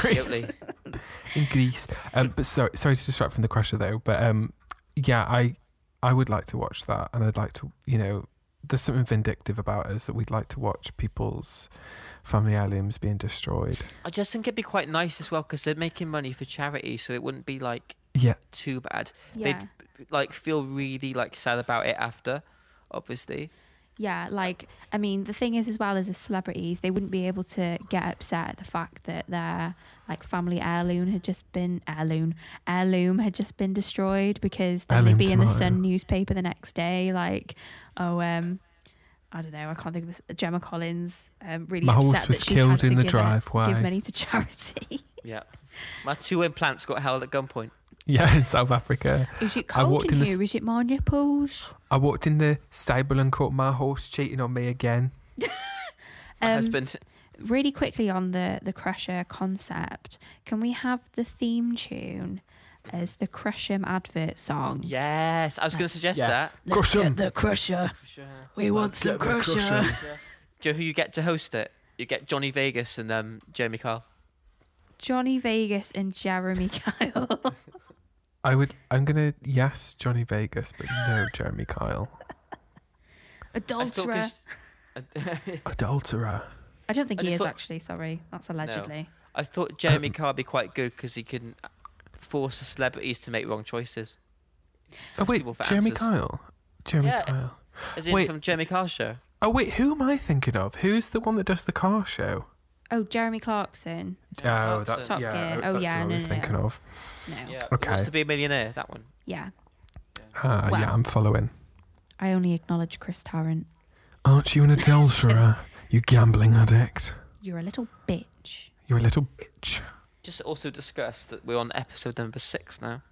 Speaker 3: Greasy Oatley.
Speaker 2: in Greece. Um, but sorry, sorry to distract from the crusher though. But um, yeah, I I would like to watch that, and I'd like to, you know, there's something vindictive about us that we'd like to watch people's family heirlooms being destroyed.
Speaker 3: I just think it'd be quite nice as well because they're making money for charity, so it wouldn't be like
Speaker 2: Yeah,
Speaker 3: too bad.
Speaker 1: Yeah.
Speaker 3: They'd like feel really like sad about it after, obviously.
Speaker 1: Yeah, like I mean, the thing is, as well as the celebrities, they wouldn't be able to get upset at the fact that their like family heirloom had just been heirloom heirloom had just been destroyed because that would
Speaker 2: Heirloom
Speaker 1: be in the
Speaker 2: tomorrow.
Speaker 1: Sun newspaper the next day. Like, oh, um, I don't know, I can't think of a- Gemma Collins. Um, really
Speaker 2: My horse
Speaker 1: upset that
Speaker 2: was
Speaker 1: she's
Speaker 2: killed
Speaker 1: had to
Speaker 2: in the
Speaker 1: give-
Speaker 2: driveway.
Speaker 1: Give money to charity.
Speaker 3: Yeah, my two implants got held at gunpoint.
Speaker 2: yeah, in South Africa.
Speaker 1: is it
Speaker 2: I
Speaker 1: cold
Speaker 2: walked
Speaker 1: in
Speaker 2: in the
Speaker 1: here?
Speaker 2: s-
Speaker 1: Is it my nipples?
Speaker 2: I walked in the stable and caught my horse cheating on me again.
Speaker 3: My
Speaker 1: Um,
Speaker 3: husband.
Speaker 1: really quickly on the the Crusher concept, can we have the theme tune as the Crush'em advert song?
Speaker 3: Yes, I was going to suggest
Speaker 2: Yeah.
Speaker 3: that.
Speaker 2: Crush 'em.
Speaker 1: the Crusher. We want some Crusher.
Speaker 3: Do you know who you get to host it? You get Johnny Vegas and um, Jeremy Carl.
Speaker 1: Johnny Vegas and Jeremy Kyle.
Speaker 2: I would. I'm gonna yes, Johnny Vegas, but no, Jeremy Kyle,
Speaker 1: Adulterer. I,
Speaker 3: 'cause- I-
Speaker 2: adulterer.
Speaker 1: don't think
Speaker 3: I
Speaker 1: he
Speaker 3: just
Speaker 1: is
Speaker 3: thought-
Speaker 1: actually. Sorry, that's allegedly.
Speaker 3: I thought Jeremy Carl would be quite good because he can force the celebrities to make wrong choices.
Speaker 2: Oh wait,
Speaker 3: People for
Speaker 2: Jeremy
Speaker 3: answers.
Speaker 2: Kyle. Jeremy
Speaker 3: Yeah.
Speaker 2: Kyle.
Speaker 3: As in
Speaker 2: Wait.
Speaker 3: from Jeremy Carl's show.
Speaker 2: Oh wait, who am I thinking of? Who's the one that does the car show?
Speaker 1: Oh, Jeremy Clarkson.
Speaker 2: Oh,
Speaker 3: Clarkson.
Speaker 2: that's
Speaker 1: Top
Speaker 2: yeah.
Speaker 1: Gear.
Speaker 2: That's
Speaker 1: Oh, yeah,
Speaker 2: what
Speaker 1: no,
Speaker 2: I was
Speaker 1: no,
Speaker 2: thinking of.
Speaker 1: No. Yeah.
Speaker 3: Yeah.
Speaker 2: Okay.
Speaker 3: He wants to be a millionaire. That one.
Speaker 2: Ah,
Speaker 1: Well-
Speaker 2: yeah, I'm following.
Speaker 1: I only acknowledge Chris Tarrant.
Speaker 2: Aren't you an adulterer? you gambling addict.
Speaker 1: You're a little bitch.
Speaker 2: You're a little bitch.
Speaker 3: Just also discussed that we're on episode number six now.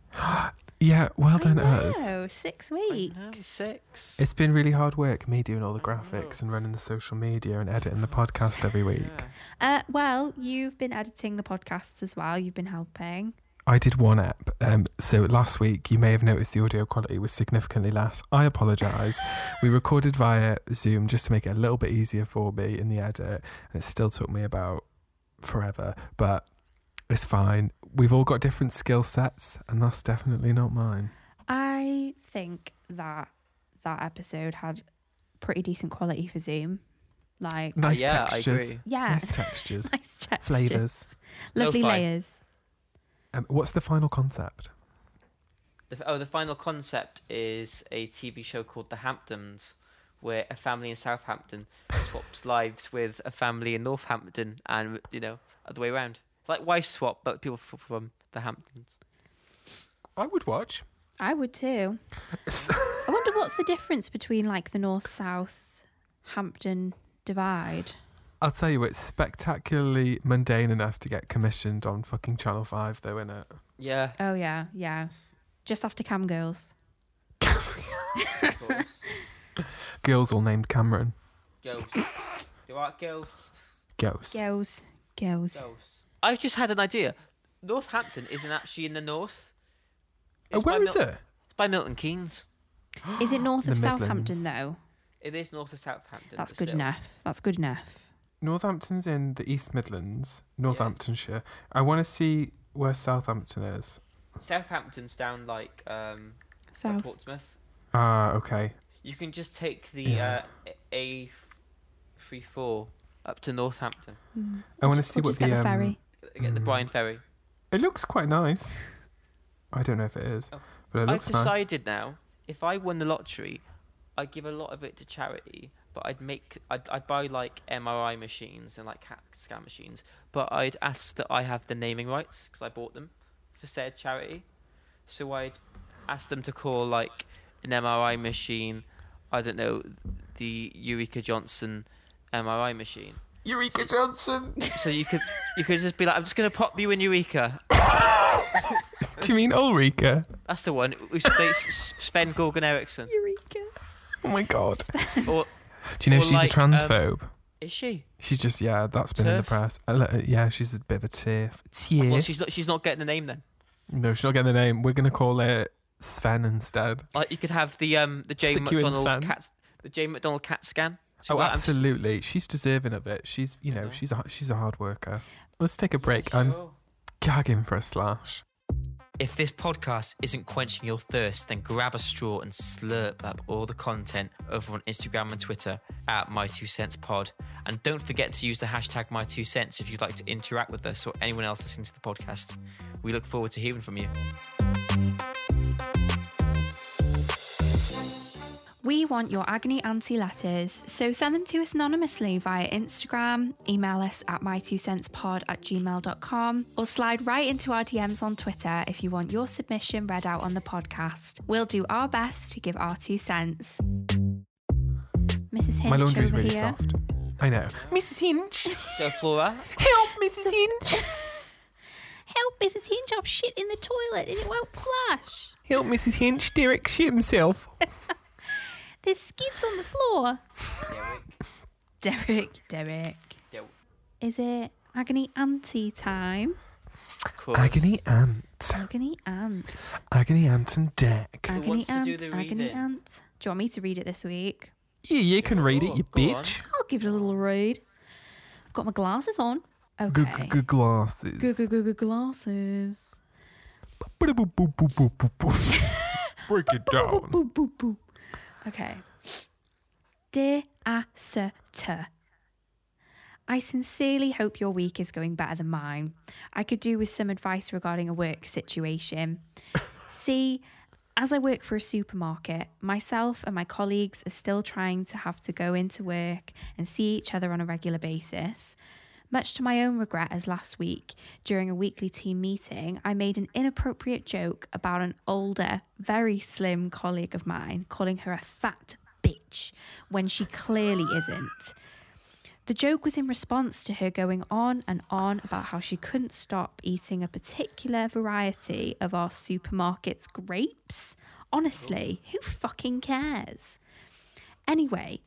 Speaker 2: Yeah, well
Speaker 1: I
Speaker 2: done, us.
Speaker 1: know, Oh, six
Speaker 3: I
Speaker 1: weeks.
Speaker 3: know, Six.
Speaker 2: It's been really hard work, me doing all the graphics and running the social media and editing the podcast every week.
Speaker 3: Yeah.
Speaker 1: Uh, well, you've been editing the podcasts as well. You've been helping.
Speaker 2: I did one app. Um, so last week, you may have noticed the audio quality was significantly less. I apologise. we recorded via Zoom just to make it a little bit easier for me in the edit, and it still took me about forever, but it's fine. We've all got different skill sets, and that's definitely not mine.
Speaker 1: I think that that episode had pretty decent quality for Zoom. Like,
Speaker 2: Nice
Speaker 3: Uh, yeah, I
Speaker 2: textures.
Speaker 3: agree.
Speaker 1: yeah,
Speaker 2: Nice
Speaker 1: nice,
Speaker 2: textures.
Speaker 1: textures,
Speaker 2: Flavours.
Speaker 1: lovely
Speaker 3: Lo-fi.
Speaker 1: layers.
Speaker 2: Um, what's the final concept?
Speaker 3: The, oh, the final concept is a TV show called The Hamptons, where a family in Southampton swaps lives with a family in Northampton, and you know, other way around. It's like wife swap, but people f- from the Hamptons.
Speaker 2: I would watch.
Speaker 1: I would too. I wonder what's the difference between like the north south Hampton divide.
Speaker 2: I'll tell you, it's spectacularly mundane enough to get commissioned on fucking Channel 5, though, innit?
Speaker 3: Yeah.
Speaker 1: Oh yeah, yeah. Just after Cam Girls.
Speaker 3: of course.
Speaker 2: Girls all named Cameron.
Speaker 3: girls. You are girls.
Speaker 2: Girls.
Speaker 1: Girls, girls.
Speaker 3: Girls. I've just had an idea. Northampton isn't actually in the north.
Speaker 2: Oh, where is
Speaker 3: by Mil-
Speaker 2: it?
Speaker 3: It's by Milton Keynes.
Speaker 1: Is it north
Speaker 2: The
Speaker 1: of
Speaker 2: Midlands.
Speaker 1: Southampton though?
Speaker 3: It is north of Southampton.
Speaker 1: That's
Speaker 3: but
Speaker 1: good
Speaker 3: still.
Speaker 1: enough. That's good enough.
Speaker 2: Northampton's in the East Midlands, Northamptonshire. I want to see where Southampton is.
Speaker 3: Southampton's down like um, by
Speaker 1: South.
Speaker 3: Portsmouth.
Speaker 2: Ah, okay.
Speaker 3: You can just take the
Speaker 2: Yeah.
Speaker 3: uh, A three four up to Northampton.
Speaker 1: Mm.
Speaker 2: I want
Speaker 1: Or
Speaker 2: to
Speaker 1: ju-
Speaker 2: see
Speaker 1: or
Speaker 2: what
Speaker 1: just get
Speaker 2: the.
Speaker 1: the
Speaker 2: um,
Speaker 1: ferry.
Speaker 3: Get the
Speaker 2: Mm.
Speaker 3: Bryan Ferry.
Speaker 2: It looks quite nice. I don't know if it is,
Speaker 3: Oh.
Speaker 2: but it
Speaker 3: I've
Speaker 2: looks nice.
Speaker 3: decided now. If I won the lottery, I'd give a lot of it to charity, but I'd make I'd, I'd buy like MRI machines and like CAT scan machines, but I'd ask that I have the naming rights because I bought them for said charity. So I'd ask them to call like an MRI machine. I don't know the Eureka Johnson MRI machine.
Speaker 2: Eureka Johnson.
Speaker 3: So you could you could just be like, I'm just gonna pop you in Eureka.
Speaker 2: Do you mean Ulrika?
Speaker 3: That's the one who dates Sven Gorgon Eriksson.
Speaker 1: Eureka.
Speaker 2: Oh my god.
Speaker 3: Or
Speaker 2: Do you know
Speaker 3: Or
Speaker 2: she's
Speaker 3: like,
Speaker 2: a
Speaker 3: um,
Speaker 2: transphobe?
Speaker 3: is she?
Speaker 2: she's just yeah. That's been in the
Speaker 3: Tiff?
Speaker 2: press. Uh, le- yeah, she's a bit of a tiff.
Speaker 3: Well,
Speaker 2: Tiff.
Speaker 3: she's not. She's not getting the name then.
Speaker 2: No, she's not getting the name. We're gonna call it Sven instead.
Speaker 3: Like you could have the um the J
Speaker 2: Stick you in,
Speaker 3: McDonald
Speaker 2: Sven.
Speaker 3: cat the J McDonald cat scan. So
Speaker 2: Oh,
Speaker 3: like, I'm just-
Speaker 2: absolutely. She's deserving of it. She's, you
Speaker 3: You
Speaker 2: know,
Speaker 3: know.
Speaker 2: she's a she's a hard worker. Let's take a break. I'm
Speaker 3: Sure.
Speaker 2: gagging for a slash.
Speaker 3: If this podcast isn't quenching your thirst, then grab a straw and slurp up all the content over on Instagram and Twitter at My Two Cents Pod. And don't forget to use the hashtag My Two Cents if you'd like to interact with us or anyone else listening to the podcast. We look forward to hearing from you.
Speaker 1: We want your agony auntie letters, so send them to us anonymously via Instagram, email us at mytwocentspod at gmail.com, or slide right into our DMs on Twitter if you want your submission read out on the podcast. We'll do our best to give our two cents. Mrs. Hinch
Speaker 2: My laundry's
Speaker 1: over
Speaker 2: really
Speaker 1: here.
Speaker 2: soft. I know. Mrs. Hinch,
Speaker 3: So, Flora,
Speaker 2: help, Mrs. Hinch,
Speaker 1: Help, Mrs. Hinch, I've shit in the toilet and it won't flush.
Speaker 2: help, Mrs. Hinch. Derek shit himself.
Speaker 1: There's skids on the floor. Derek, Derek.
Speaker 3: Derek.
Speaker 1: Is it agony auntie time?
Speaker 3: cool.
Speaker 2: Agony ant,
Speaker 1: Agony aunt.
Speaker 2: agony ant and Derek.
Speaker 1: Agony
Speaker 3: wants to
Speaker 1: aunt.
Speaker 3: do the
Speaker 1: agony
Speaker 3: reading?
Speaker 1: aunt. Do you want me to read it this week?
Speaker 2: Yeah, you can read it, you
Speaker 3: Go on.
Speaker 2: bitch.
Speaker 1: I'll give it a little read. I've got my glasses on.
Speaker 2: Good
Speaker 1: Okay.
Speaker 2: good glasses.
Speaker 1: Good, good, good, good glasses.
Speaker 2: Break it down.
Speaker 1: Boop, boop, boop. Okay. Dear Asserter, I sincerely hope your week is going better than mine. I could do with some advice regarding a work situation. See, as I work for a supermarket, myself and my colleagues are still trying to have to go into work and see each other on a regular basis. Much to my own regret, as last week, during a weekly team meeting, I made an inappropriate joke about an older, very slim colleague of mine, calling her a fat bitch when she clearly isn't. The joke was in response to her going on and on about how she couldn't stop eating a particular variety of our supermarket's grapes. Honestly, who fucking cares? Anyway,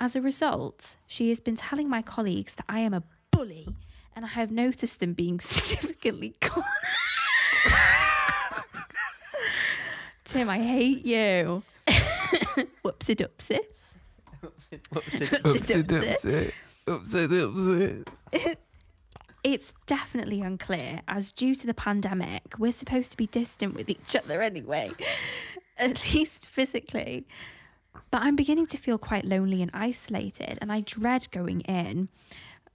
Speaker 1: as a result, she has been telling my colleagues that I am a bully and I have noticed them being significantly. con- Tim, I hate you. Whoopsie doopsie.
Speaker 3: Whoops, it-
Speaker 2: Oopsie
Speaker 1: Oopsie
Speaker 2: doopsie. Oopsie doopsie.
Speaker 1: It's definitely unclear, as due to the pandemic, we're supposed to be distant with each other anyway, at least physically. But I'm beginning to feel quite lonely and isolated, and I dread going in.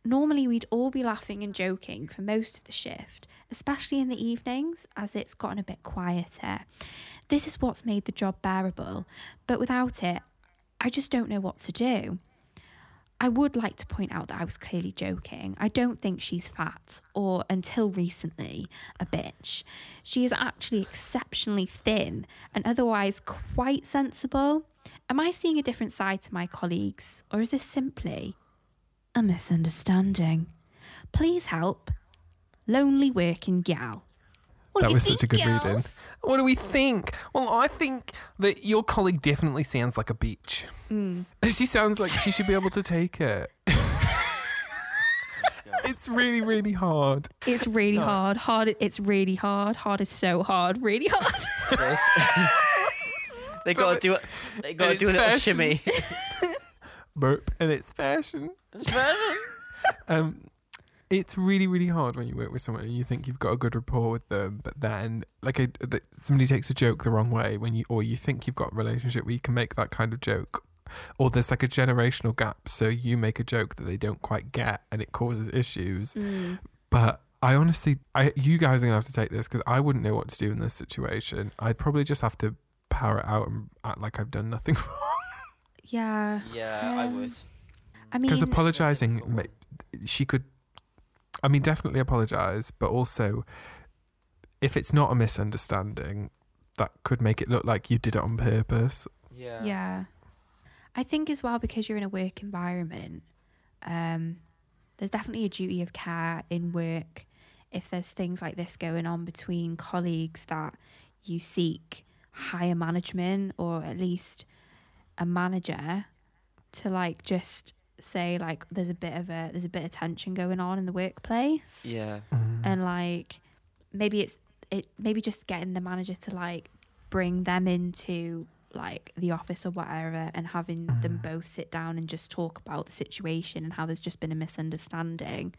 Speaker 1: Normally, we'd all be laughing and joking for most of the shift, especially in the evenings as it's gotten a bit quieter. This is what's made the job bearable, but without it, I just don't know what to do. I would like to point out that I was clearly joking. I don't think she's fat, or until recently, a bitch. She is actually exceptionally thin and otherwise quite sensible. Am I seeing a different side to my colleagues, or is this simply a misunderstanding? Please help. Lonely working gal. What do
Speaker 2: That
Speaker 1: you
Speaker 2: was such a
Speaker 1: think,
Speaker 2: good
Speaker 1: girls?
Speaker 2: reading. What do we think? Well, I think that your colleague definitely sounds like a beach. She sounds like she should be able to take it. it's really, really hard.
Speaker 1: It's really hard. Hard. It's really hard. Hard is so hard. Really hard.
Speaker 3: Chris. they gotta do it. They gotta
Speaker 2: It's
Speaker 3: do a little
Speaker 2: fashion.
Speaker 3: shimmy.
Speaker 2: Burp, and it's fashion. Um, it's really, really hard when you work with someone and you think you've got a good rapport with them, but then like a, that somebody takes a joke the wrong way when you or you think you've got a relationship where you can make that kind of joke, or there's like a generational gap, so you make a joke that they don't quite get and it causes issues.
Speaker 1: Mm.
Speaker 2: But I honestly, I you guys are gonna have to take this because I wouldn't know what to do in this situation. I'd probably just have to power it out and act like I've done nothing wrong.
Speaker 1: yeah.
Speaker 3: Yeah, I
Speaker 1: Um,
Speaker 3: would.
Speaker 1: I mean,
Speaker 2: Because apologizing, ma- she could. I mean, definitely apologize, but also, if it's not a misunderstanding, that could make it look like you did it on purpose.
Speaker 3: Yeah.
Speaker 1: Yeah. I think as well because you're in a work environment, um, there's definitely a duty of care in work if there's things like this going on between colleagues that you seek higher management or at least a manager to like just say like there's a bit of a there's a bit of tension going on in the workplace
Speaker 3: Yeah.
Speaker 1: and like maybe it's it maybe just getting the manager to like bring them into like the office or whatever and having
Speaker 2: Mm.
Speaker 1: them both sit down and just talk about the situation and how there's just been a misunderstanding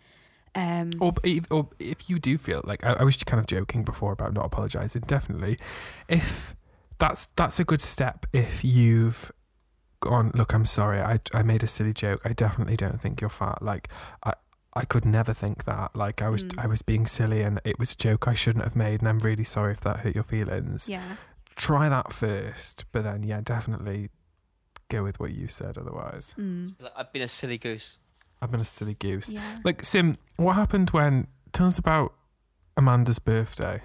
Speaker 1: Um,
Speaker 2: Or, if- or if you do feel like I, I was kind of joking before about not apologizing, definitely. If that's that's a good step. If you've gone, look, I'm sorry, I I made a silly joke. I definitely don't think you're fat. Like I. I could never think that. Like I was,
Speaker 1: Mm.
Speaker 2: I was being silly, and it was a joke I shouldn't have made. And I'm really sorry if that hurt your feelings.
Speaker 1: yeah.
Speaker 2: Try that first, but then, yeah, definitely go with what you said. Otherwise,
Speaker 1: Mm,
Speaker 3: Like, I've been a silly goose.
Speaker 2: I've been a silly goose.
Speaker 1: yeah.
Speaker 2: Like Sim, what happened when? Tell us about Amanda's birthday.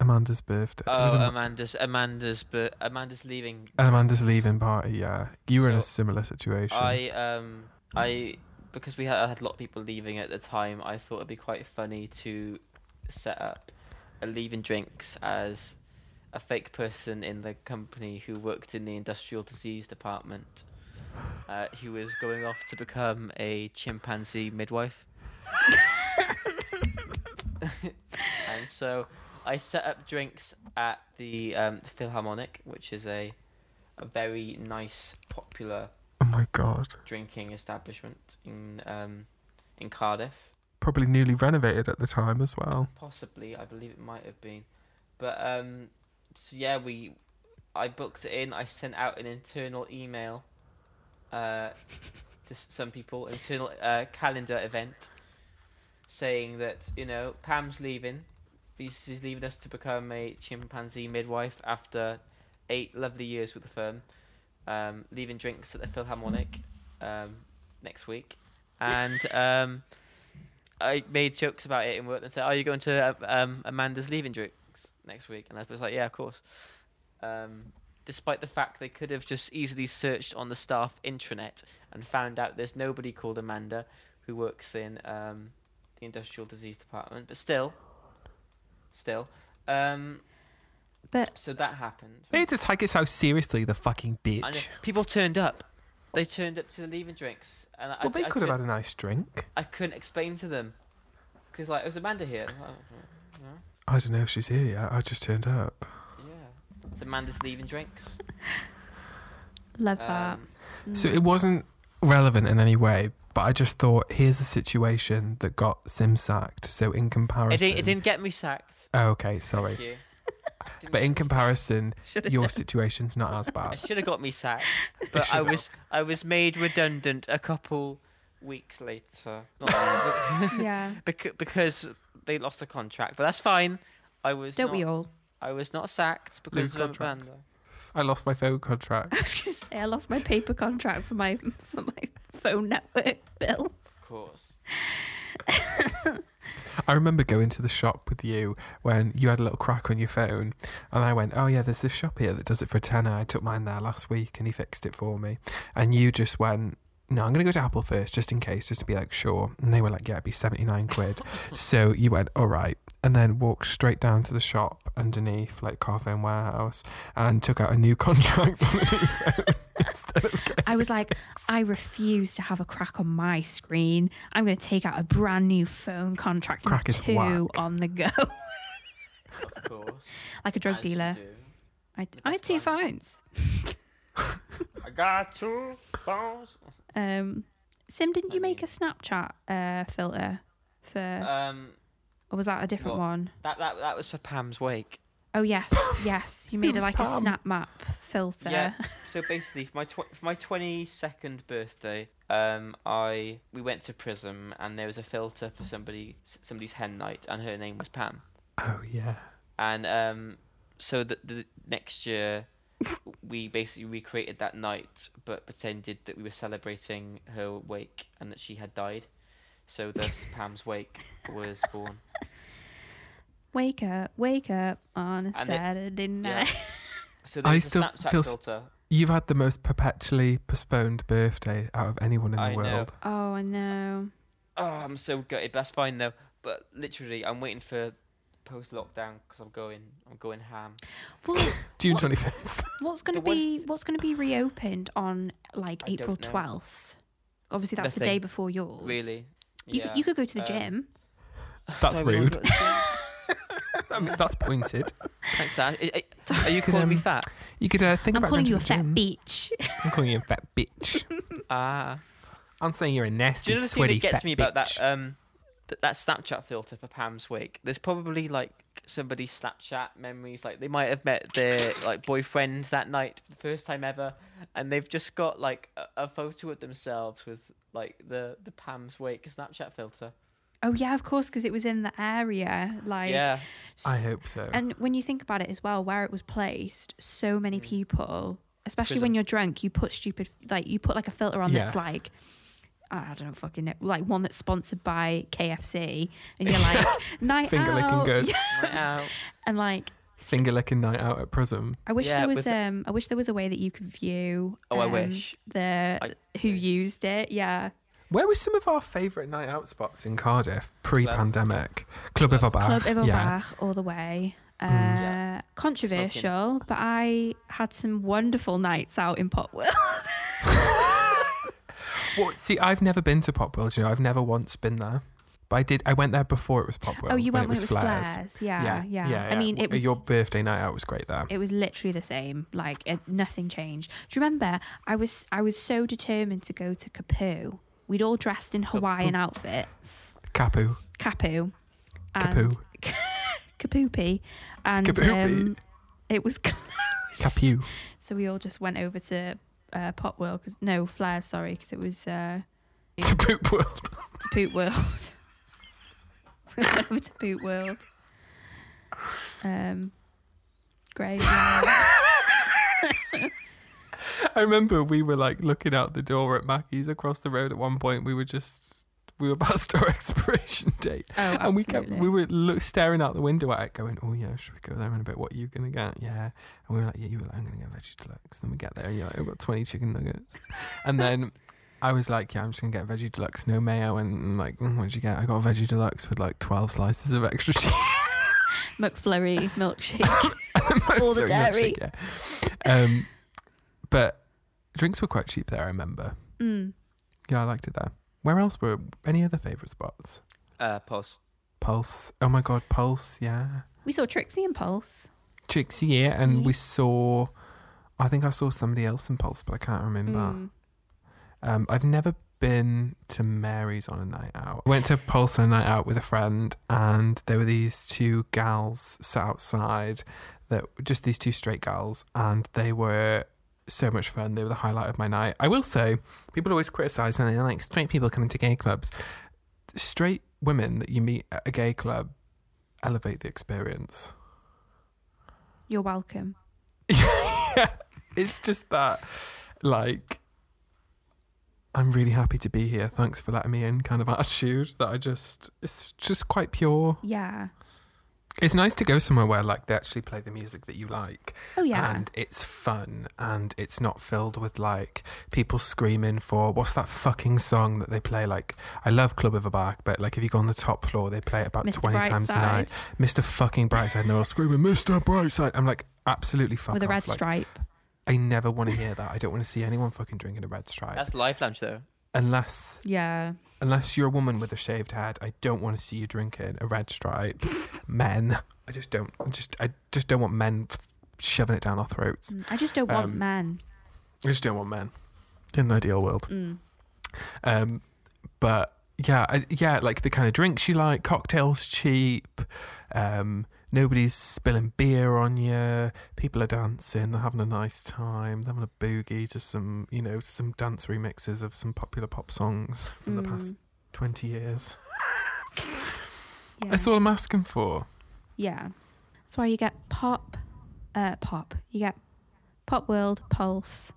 Speaker 2: Amanda's birthday. It was
Speaker 3: Oh,
Speaker 2: Am-
Speaker 3: Amanda's Amanda's but Amanda's leaving.
Speaker 2: an Amanda's leaving party. Yeah, you were in a
Speaker 3: So,
Speaker 2: similar situation.
Speaker 3: I um I because we had, I had a lot of people leaving at the time. I thought it'd be quite funny to set up a leaving drinks as a fake person in the company who worked in the industrial disease department, uh, who was going off to become a chimpanzee midwife. and so I set up drinks at the um, Philharmonic, which is a a very nice, popular
Speaker 2: oh my god,
Speaker 3: drinking establishment in um, in Cardiff.
Speaker 2: probably newly renovated at the time as well.
Speaker 3: Possibly, I believe it might have been, but um, so yeah, we I booked it in. I sent out an internal email uh, to s- some people, internal uh, calendar event, saying that you know Pam's leaving. She's she's leaving us to become a chimpanzee midwife after eight lovely years with the firm. Um, leaving drinks at the Philharmonic um, next week, and um, I made jokes about it in work and said, "Are you going to uh, um, Amanda's leaving drinks next week?" And I was like, "Yeah, of course." Um, despite the fact they could have just easily searched on the staff intranet and found out there's nobody called Amanda who works in um, the industrial disease department, but still, still, um,
Speaker 1: But
Speaker 3: so that happened.
Speaker 2: They need to take it so seriously, the fucking bitch.
Speaker 3: And then people turned up. They turned up to the leaving drinks, and I,
Speaker 2: well, they
Speaker 3: I
Speaker 2: could have
Speaker 3: couldn't-
Speaker 2: had a nice drink.
Speaker 3: I couldn't explain to them because like it was Amanda here. Like, oh,
Speaker 2: I don't know if she's here yet. I just turned up.
Speaker 3: yeah, it's Amanda's leaving drinks.
Speaker 1: love that. Mm.
Speaker 3: Um,
Speaker 2: So it wasn't relevant in any way, but I just thought here's the situation that got Sim sacked. So in comparison,
Speaker 3: it, didn't, it didn't get me sacked.
Speaker 2: Oh, okay, sorry.
Speaker 3: Thank you. Didn't
Speaker 2: But
Speaker 3: get
Speaker 2: in
Speaker 3: me
Speaker 2: comparison,
Speaker 1: Should have
Speaker 2: your situation's not as
Speaker 3: sacked.
Speaker 2: bad.
Speaker 3: it should have got me sacked. But I
Speaker 2: should've.
Speaker 3: was I was made redundant a couple weeks later. Not really,
Speaker 1: yeah.
Speaker 3: but- becau- because they lost a contract. But that's fine. I was
Speaker 1: Don't
Speaker 3: not,
Speaker 1: we all?
Speaker 3: I was not sacked because
Speaker 2: Lose
Speaker 3: of
Speaker 2: contracts.
Speaker 3: Amanda.
Speaker 2: I lost my phone contract.
Speaker 1: I was going to say I lost my paper contract for my for my phone network bill.
Speaker 3: Of course.
Speaker 2: I remember going to the shop with you when you had a little crack on your phone, and I went, "Oh yeah, there's this shop here that does it for a tenner." I took mine there last week, and he fixed it for me. And you just went, "No, I'm gonna go to Apple first, just in case, just to be like sure." And they were like, "Yeah, it'd be seventy nine quid." so you went, "All right," and then walked straight down to the shop underneath, like Carphone Warehouse, and took out a new contract. on the new phone instead of getting
Speaker 1: I was like, I refuse to have a crack on my screen. I'm going to take out a brand new phone contract and
Speaker 2: Crack is
Speaker 1: two
Speaker 2: whack.
Speaker 1: on the go,
Speaker 3: Of course.
Speaker 1: like a drug
Speaker 3: As you
Speaker 1: dealer.
Speaker 3: do.
Speaker 1: I,
Speaker 3: The
Speaker 1: I had
Speaker 3: best
Speaker 1: two
Speaker 3: one.
Speaker 1: phones.
Speaker 3: I got two phones.
Speaker 1: Um, Sim, didn't
Speaker 3: I
Speaker 1: you make
Speaker 3: mean-
Speaker 1: a Snapchat uh, filter for,
Speaker 3: Um,
Speaker 1: or was that a different
Speaker 3: what?
Speaker 1: one?
Speaker 3: that that that was for Pam's wake.
Speaker 1: Oh yes, yes, you made it
Speaker 2: was
Speaker 1: like a
Speaker 2: Pam.
Speaker 1: snap map filter.
Speaker 3: Yeah. So basically, for my tw- for my twenty second birthday, um, I we went to Prism and there was a filter for somebody s- somebody's hen night, and her name was Pam.
Speaker 2: Oh yeah.
Speaker 3: And um, so the, the next year, we basically recreated that night, but pretended that we were celebrating her wake and that she had died. So thus, Pam's wake was born.
Speaker 1: Wake up, wake up on a
Speaker 3: And it-
Speaker 1: Saturday
Speaker 3: Yeah.
Speaker 1: night.
Speaker 3: So
Speaker 2: I
Speaker 3: there's a
Speaker 2: still
Speaker 3: Snapchat
Speaker 2: feel s-
Speaker 3: filter.
Speaker 2: You've had the most perpetually postponed birthday out of anyone in the
Speaker 3: I know.
Speaker 2: world.
Speaker 1: Oh, I know.
Speaker 3: Oh, I'm so gutted. That's fine though. But literally, I'm waiting for post lockdown because I'm going, I'm going ham.
Speaker 1: Well,
Speaker 2: June
Speaker 1: What?
Speaker 2: twenty fifth.
Speaker 1: what's going to
Speaker 3: The one
Speaker 1: be
Speaker 3: th-
Speaker 1: what's going to be reopened on like
Speaker 3: I don't
Speaker 1: April
Speaker 3: know.
Speaker 1: twelfth? Obviously, that's the day
Speaker 3: Nothing.
Speaker 1: before yours.
Speaker 3: Really?
Speaker 1: You, could, you could go to the
Speaker 3: um,
Speaker 1: gym.
Speaker 2: That's
Speaker 3: Do I really
Speaker 2: rude.
Speaker 3: wanna go to the
Speaker 2: That's pointed.
Speaker 3: gym? Thanks, Ash. Are- Are, are you
Speaker 2: Could,
Speaker 3: calling me
Speaker 2: um,
Speaker 3: fat?
Speaker 2: You could uh, think
Speaker 1: I'm
Speaker 2: about
Speaker 1: calling
Speaker 2: going
Speaker 1: you a
Speaker 2: to the
Speaker 1: fat
Speaker 2: gym.
Speaker 1: bitch.
Speaker 2: I'm calling you a fat bitch.
Speaker 3: Ah.
Speaker 2: I'm saying you're a nasty,
Speaker 3: Do you know the thing
Speaker 2: sweaty
Speaker 3: that gets
Speaker 2: fat
Speaker 3: me about
Speaker 2: bitch.
Speaker 3: that? Um, th- that Snapchat filter for Pam's wake. There's probably like somebody's Snapchat memories. Like they might have met their like boyfriends that night, the first time ever, and they've just got like a, a photo of themselves with like the the Pam's wake Snapchat filter.
Speaker 1: Oh yeah, of course, because it was in the area. Like,
Speaker 3: yeah,
Speaker 2: I hope so.
Speaker 1: and when you think about it as well, where it was placed, so
Speaker 3: Mm.
Speaker 1: many people, especially when
Speaker 3: Prism.
Speaker 1: you're drunk, you put stupid like you put like a filter on that's
Speaker 2: Yeah.
Speaker 1: like. I don't know, fucking know, like one that's sponsored by KFC, and you're like night
Speaker 2: Finger licking
Speaker 1: out,
Speaker 2: good.
Speaker 3: Right out.
Speaker 1: and like
Speaker 2: Finger licking night out at Prism.
Speaker 1: I wish
Speaker 3: Yeah,
Speaker 1: there was
Speaker 3: with the-
Speaker 1: um I wish there was a way that you could view
Speaker 3: Oh, I
Speaker 1: um,
Speaker 3: wish.
Speaker 1: the
Speaker 3: I
Speaker 1: who
Speaker 3: wish.
Speaker 1: used it. Yeah.
Speaker 2: Where were some of our favourite night out spots in Cardiff pre-pandemic? Club of
Speaker 1: Club
Speaker 2: Bar.
Speaker 1: Ivo
Speaker 2: Ah, Yeah. Mm.
Speaker 1: all the way. Uh,
Speaker 3: Yeah.
Speaker 1: Controversial, but I had some wonderful nights out in Potwell.
Speaker 2: Well, see, I've never been to Popwell. do You know, I've never once been there. But I did. I went there before it was Popwell.
Speaker 1: oh, you went when
Speaker 2: it was Flares.
Speaker 1: Yeah, yeah. I mean, it
Speaker 2: W-
Speaker 1: was
Speaker 2: your birthday night out was great there.
Speaker 1: it was literally the same. Like it, nothing changed. Do you remember? I was I was so determined to go to Kapu. We'd all dressed in Hawaiian outfits.
Speaker 2: Kapu,
Speaker 1: Kapu. and-
Speaker 2: Kapu,
Speaker 1: Kapoopy. And
Speaker 2: Kapoopy.
Speaker 1: um, it was closed.
Speaker 2: Kapu.
Speaker 1: So we all just went over to uh, Pot World, cause, no, Flair, sorry, because it was uh,
Speaker 2: to Poop World.
Speaker 1: to Poot World. we went over to Poot World. Um, great. yeah.
Speaker 2: I remember we were like looking out the door at Mackey's across the road at one point. We were just we were past our expiration date,
Speaker 1: Oh, absolutely.
Speaker 2: and we kept we were look, staring out the window at it, going, "Oh yeah, should we go there in a bit? What are you gonna get? Yeah." And we were like, "Yeah, you were like, I'm gonna get veggie deluxe." Then we get there, and you're like, "I've got 20 chicken nuggets," and then. I was like, yeah, I'm just gonna get veggie deluxe, no mayo, and like, mm, what'd you get? I got a veggie deluxe with like 12 slices of extra cheese.
Speaker 1: McFlurry milkshake. All the
Speaker 2: Very much
Speaker 1: dairy.
Speaker 2: it, yeah. Um, but drinks were quite cheap there. I remember.
Speaker 1: mm.
Speaker 2: Yeah, I liked it there. Where else were any other favorite spots?
Speaker 3: Uh, pause.
Speaker 2: Pulse. Oh my god, Pulse. Yeah,
Speaker 1: We saw Trixie and Pulse.
Speaker 2: Chicks. Yeah, and
Speaker 1: Yeah.
Speaker 2: we saw. I think I saw somebody else in Pulse, but I can't remember.
Speaker 1: Mm.
Speaker 2: Um, I've never been to Mary's on a night out. Went to Pulse on a night out with a friend, and there were these two gals sat outside. That just these two straight gals, and they were so much fun. They were the highlight of my night. I will say, people always criticise and they're like straight people coming to gay clubs. Straight women that you meet at a gay club elevate the experience.
Speaker 1: You're welcome.
Speaker 2: it's just that like I'm really happy to be here. Thanks for letting me in kind of attitude that I just it's just quite pure.
Speaker 1: Yeah.
Speaker 2: It's nice to go somewhere where like they actually play the music that you like
Speaker 1: Oh, yeah.
Speaker 2: and it's fun and it's not filled with like people screaming for what's that fucking song that they play like I love Club of a Bark but like if you go on the top floor they play it about
Speaker 1: Mr.
Speaker 2: 20 times a night.
Speaker 1: Brightside
Speaker 2: Mr. fucking Brightside and they're all screaming Mr. Brightside. I'm like absolutely fuck
Speaker 1: with a
Speaker 2: off.
Speaker 1: red
Speaker 2: like,
Speaker 1: stripe.
Speaker 2: I never want to hear that. I don't want to see anyone fucking drinking a red stripe.
Speaker 3: That's life lunch though.
Speaker 2: unless
Speaker 1: Yeah.
Speaker 2: unless you're a woman with a shaved head, I don't want to see you drinking a red stripe. men, I just don't. I just I just don't want men f- shoving it down our throats.
Speaker 1: Mm. I just don't want
Speaker 2: Um,
Speaker 1: men.
Speaker 2: I just don't want men in an ideal world.
Speaker 1: Mm.
Speaker 2: Um, but yeah, I, yeah, like the kind of drinks you like, cocktails cheap. Um, nobody's spilling beer on you. People are dancing, they're having a nice time, they're having a boogie to some, you know, some dance remixes of some popular pop songs from the past
Speaker 1: Mm.
Speaker 2: twenty years.
Speaker 1: Yeah.
Speaker 2: That's all I'm asking for.
Speaker 1: Yeah. That's why you get pop, uh, pop. You get Pop World, Pulse,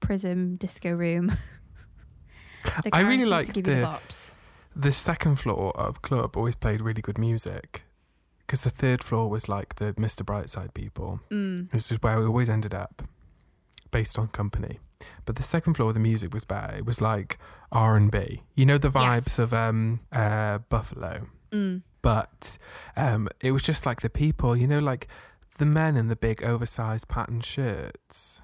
Speaker 1: Prism, Disco Room. They
Speaker 2: I really
Speaker 1: guarantee to
Speaker 2: like
Speaker 1: give you
Speaker 2: the-
Speaker 1: bops.
Speaker 2: The second floor of club always played really good music. Because the third floor was like the Mr. Brightside people.
Speaker 1: Mm.
Speaker 2: This is where we always ended up, based on company. But the second floor, the music was better. It was like R and B. You know the vibes
Speaker 1: Yes.
Speaker 2: of um, uh, Buffalo,
Speaker 1: Mm.
Speaker 2: but um, it was just like the people. You know, like the men in the big oversized patterned shirts.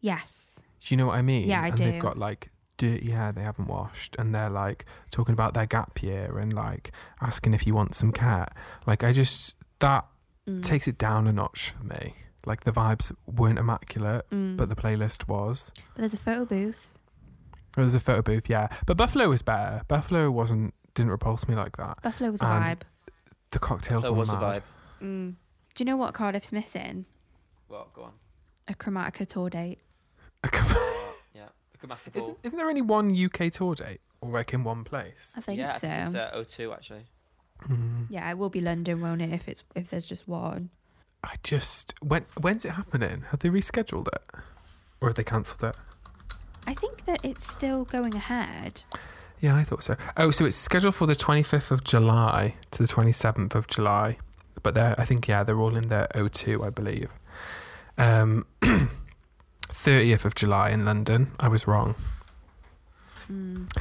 Speaker 1: Yes.
Speaker 2: Do you know what I mean?
Speaker 1: Yeah, I
Speaker 2: and
Speaker 1: do.
Speaker 2: They've got like dirty hair they haven't washed, and they're like talking about their gap year and like asking if you want some cat. Like I just that
Speaker 1: Mm.
Speaker 2: takes it down a notch for me. Like the vibes weren't immaculate
Speaker 1: Mm.
Speaker 2: but the playlist was.
Speaker 1: But there's a photo booth.
Speaker 2: Well, there's a photo booth, yeah. But Buffalo was better. Buffalo wasn't didn't repulse me like that.
Speaker 1: Buffalo was a
Speaker 2: And-
Speaker 1: vibe.
Speaker 2: The cocktails
Speaker 3: That
Speaker 2: were
Speaker 3: was a
Speaker 2: mad.
Speaker 3: vibe.
Speaker 1: Mm. Do you know what Cardiff's missing?
Speaker 3: Well, go on. Uh,
Speaker 1: A Chromatica tour date.
Speaker 3: Yeah, we can mask the
Speaker 2: isn't,
Speaker 3: ball.
Speaker 2: isn't there only one UK tour date, or like in one place?
Speaker 1: I think
Speaker 3: yeah,
Speaker 1: so.
Speaker 3: I think it's uh, 02 actually.
Speaker 2: Mm.
Speaker 1: yeah, it will be London, won't it? If it's if there's just one.
Speaker 2: I just when when's it happening? Have they rescheduled it, or have they cancelled it?
Speaker 1: I think that it's still going ahead.
Speaker 2: Yeah, I thought so. Oh, so it's scheduled for the 25th of July to the 27th of July. But they're, I think, yeah, they're all in their O2, I believe. Um, 30th of July in London. I was wrong. Hmm.
Speaker 1: Mm.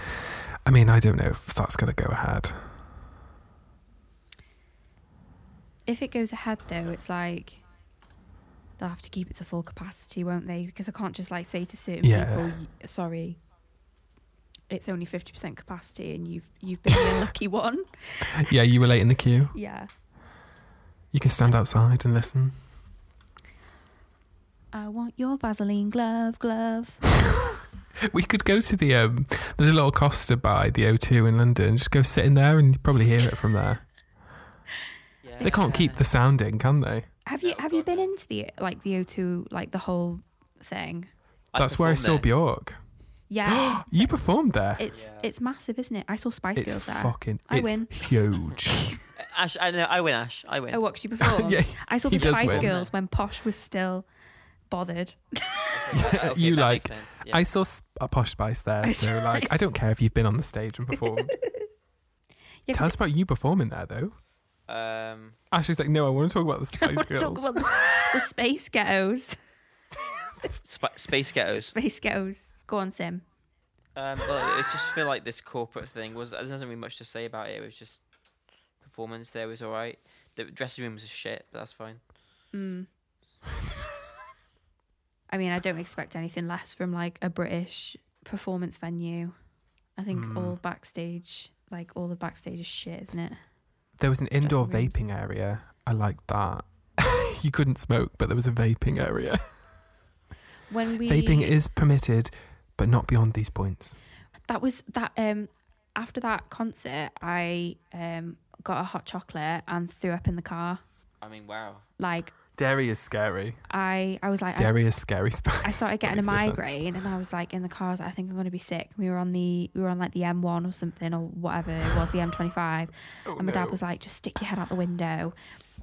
Speaker 2: I mean, I don't know if that's going to go ahead.
Speaker 1: If it goes ahead though, it's like they'll have to keep it to full capacity, won't they? Because I can't just like say to certain
Speaker 2: Yeah.
Speaker 1: people, "Y- sorry, it's only fifty percent capacity, and you've you've been the lucky one.
Speaker 2: yeah, you were late in the queue.
Speaker 1: Yeah.
Speaker 2: You can stand outside and listen.
Speaker 1: I want your Vaseline glove, glove.
Speaker 2: We could go to the, um, there's a little Costa by the O2 in London. Just go sit in there and you probably hear it from there.
Speaker 3: Yeah.
Speaker 2: They can't keep the sound in, can they?
Speaker 1: Have you
Speaker 3: Oh,
Speaker 1: have you
Speaker 3: God,
Speaker 1: been
Speaker 3: no.
Speaker 1: into the like the O2 like the whole thing?
Speaker 2: That's where I saw
Speaker 3: performed
Speaker 2: Bjork.
Speaker 1: Yeah.
Speaker 2: You performed there.
Speaker 1: it's
Speaker 3: Yeah.
Speaker 1: it's massive, isn't it? I saw Spice
Speaker 2: It's
Speaker 1: Girls there.
Speaker 2: fucking
Speaker 1: I
Speaker 2: it's
Speaker 1: win.
Speaker 2: huge.
Speaker 3: there. Uh, Ash, I know. I win. Ash, I win.
Speaker 1: Oh, what? 'cause you performed.
Speaker 2: Yeah,
Speaker 1: I saw
Speaker 2: he
Speaker 1: the
Speaker 2: does
Speaker 1: Spice
Speaker 2: win.
Speaker 1: Girls when Posh was still bothered.
Speaker 3: Okay, okay,
Speaker 2: You
Speaker 3: that
Speaker 2: like-
Speaker 3: makes sense, yeah.
Speaker 2: I saw s- a posh spice there, so like I don't care if you've been on the stage and performed.
Speaker 1: Yeah, 'cause
Speaker 2: Tell us about you performing there though.
Speaker 3: Um,
Speaker 2: Ashley's like, no, I want to talk about the
Speaker 1: I
Speaker 2: Spice
Speaker 1: wanna
Speaker 2: Girls.
Speaker 1: talk about the, the space ghettos.
Speaker 3: sp- space ghettos.
Speaker 1: Space ghettos. Go on, Sim.
Speaker 3: Um, well, it just feel like this corporate thing was. There doesn't really much to say about it. It was just performance. There was all right. The dressing room was shit, but that's fine.
Speaker 1: Mm. I mean, I don't expect anything less from like a British performance venue. I think
Speaker 2: Mm.
Speaker 1: all backstage, like all the backstage is shit, isn't it?
Speaker 2: there was an indoor
Speaker 1: Dressing rooms.
Speaker 2: vaping area. I liked that. you couldn't smoke, but there was a vaping area.
Speaker 1: When we
Speaker 2: Vaping is permitted, but not beyond these points.
Speaker 1: that was that um after that concert, I um got a hot chocolate and threw up in the car.
Speaker 3: I mean, wow.
Speaker 1: Like
Speaker 2: Dairy is scary.
Speaker 1: I, I was like, I,
Speaker 2: Dairy is scary spice.
Speaker 1: Uh, I started
Speaker 2: That
Speaker 1: getting a
Speaker 2: makes no sense.
Speaker 1: migraine, and I was like in the car. I was like, I think I'm gonna be sick. We were on the, we were on like the M1 or something or whatever it was, the M25.
Speaker 2: Oh,
Speaker 1: and my dad
Speaker 2: no.
Speaker 1: was like, just stick your head out the window.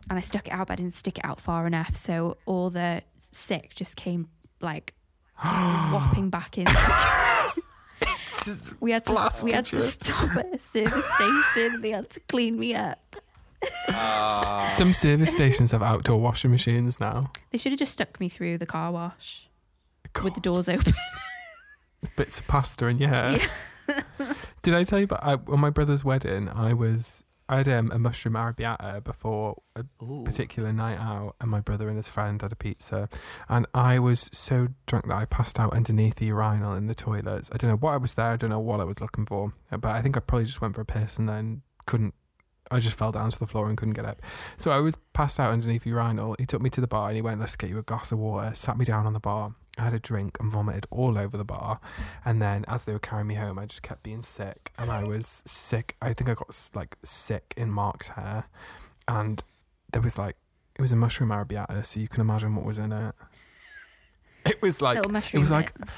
Speaker 1: And I stuck it out, but I didn't stick it out far enough, so all the sick just came like whopping back in. we had to, we had to stop at a service station. They had to clean me up.
Speaker 2: Some service stations have outdoor washing machines now.
Speaker 1: They should have just stuck me through the car wash with the
Speaker 2: God.
Speaker 1: doors open.
Speaker 2: bits of pasta in your hair. Did I tell you about I, on my brother's wedding? I was I had um, a mushroom arrabbiata before uh, a
Speaker 3: Ooh.
Speaker 2: particular night out, and my brother and his friend had a pizza, and I was so drunk that I passed out underneath the urinal in the toilets. I don't know what I was there. I don't know what I was looking for, but I think I probably just went for a piss and then couldn't. I just fell down to the floor and couldn't get up. So I was passed out underneath the urinal. He took me to the bar and he went, Let's get you a glass of water. Sat me down on the bar. I had a drink and vomited all over the bar. And then as they were carrying me home, I just kept being sick. And I was sick. I think I got s- like sick in Mark's hair. And there was like, it was a mushroom arabiata. So you can imagine what was in it. It was like,
Speaker 1: Little
Speaker 2: it
Speaker 1: mushroom.
Speaker 2: was like,
Speaker 1: bits.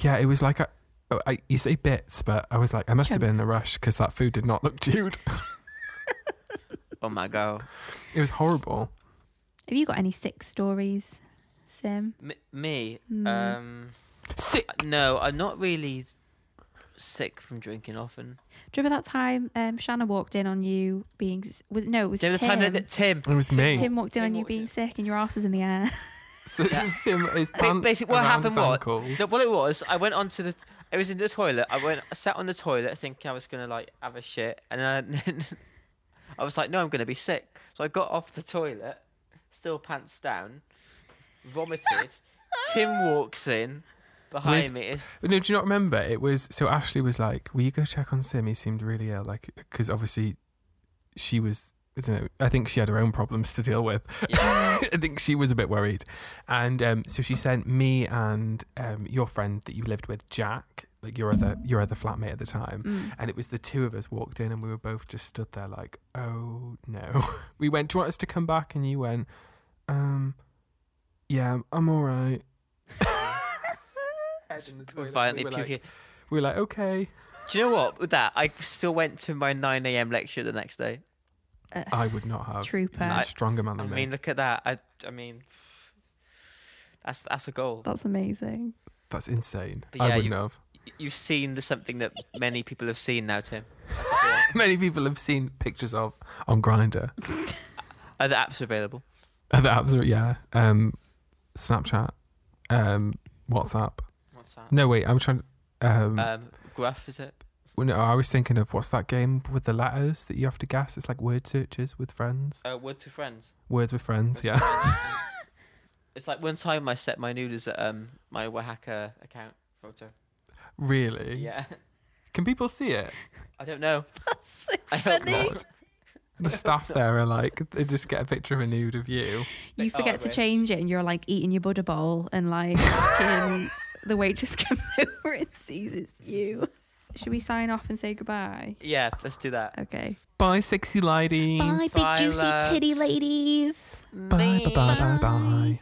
Speaker 2: yeah, it was like, a, oh, I, you say bits, but I was like, I must have been in a rush because that food did not look chewed.
Speaker 3: Oh my god.
Speaker 2: It was horrible.
Speaker 1: Have you got any sick stories, Sim?
Speaker 3: M- me.
Speaker 1: Mm.
Speaker 3: Um.
Speaker 2: Sick.
Speaker 3: No, I'm not really sick from drinking often.
Speaker 1: Do you remember that time um, Shanna walked in on you being s- was no it was
Speaker 3: There was a
Speaker 1: Tim.
Speaker 3: time that, that Tim.
Speaker 2: It was me.
Speaker 1: Tim walked in
Speaker 3: Tim
Speaker 1: on you
Speaker 3: walked
Speaker 1: being
Speaker 3: in.
Speaker 1: sick and your ass was in the air.
Speaker 2: So it's
Speaker 3: Yeah.
Speaker 2: just him, his
Speaker 3: Ba-
Speaker 2: pants
Speaker 3: basically, what
Speaker 2: around
Speaker 3: happened
Speaker 2: his
Speaker 3: was-
Speaker 2: ankles.
Speaker 3: No, what it was, I went onto the. I was in the toilet. I went, I sat on the toilet thinking I was gonna like have a shit, and then I, I was like, no, I'm gonna be sick. So I got off the toilet, still pants down, vomited. Tim walks in behind me. It's,
Speaker 2: No, do you not remember? It was so Ashley was like, "Will you go check on Sim? He seemed really ill." Like, because obviously, she was. I don't know. I think she had her own problems to deal with.
Speaker 3: yeah,
Speaker 2: I think she was a bit worried, and um, so she sent me and um, your friend that you lived with, Jack, like your other your other flatmate at the time,
Speaker 1: Mm.
Speaker 2: and it was the two of us walked in, and we were both just stood there like, oh no. We went, do you want us to come back? And you went, um, yeah, I'm- I'm all right. in the toilet.
Speaker 3: violently
Speaker 2: we were
Speaker 3: puking.
Speaker 2: like, we were like, okay.
Speaker 3: Do you know what? With that, I still went to my 9 a.m. lecture the next day.
Speaker 1: Uh,
Speaker 2: I would not have.
Speaker 1: Trooper.
Speaker 2: You're a stronger man
Speaker 3: I
Speaker 2: than
Speaker 3: mean,
Speaker 2: me.
Speaker 3: look at that. I, I mean, that's that's a goal.
Speaker 1: That's amazing.
Speaker 2: That's insane.
Speaker 3: But yeah,
Speaker 2: I wouldn't
Speaker 3: you-
Speaker 2: have.
Speaker 3: You've seen the, something that many people have seen now, Tim.
Speaker 2: Many people have seen pictures of on Grinder.
Speaker 3: Are the apps available?
Speaker 2: The absolute yeah. Um, Snapchat, um, WhatsApp.
Speaker 3: What's that?
Speaker 2: No wait, I'm trying. Um,
Speaker 3: Um, Gruff is it?
Speaker 2: well, no, I was thinking of what's that game with the letters that you have to guess? It's like word searches with friends.
Speaker 3: Uh, word to friends.
Speaker 2: Words with friends, yeah.
Speaker 3: It's like one time I set my noodles at um my Oaxaca account photo.
Speaker 2: really?
Speaker 3: Yeah,
Speaker 2: Can people see it?
Speaker 3: I don't know.
Speaker 1: That's so
Speaker 3: I hope
Speaker 1: funny.
Speaker 2: not. The staff there are like, they just get a picture of a nude of you.
Speaker 1: You
Speaker 3: They are
Speaker 1: forget to
Speaker 3: rich.
Speaker 1: change it and you're like eating your Buddha bowl and like fucking the waitress comes over and sees it's you. Should we sign off and say goodbye?
Speaker 3: Yeah, let's do that.
Speaker 1: Okay.
Speaker 2: Bye, sexy ladies.
Speaker 1: Bye, big juicy titty
Speaker 3: Silence.
Speaker 1: ladies.
Speaker 2: bye, bye, bye. bye.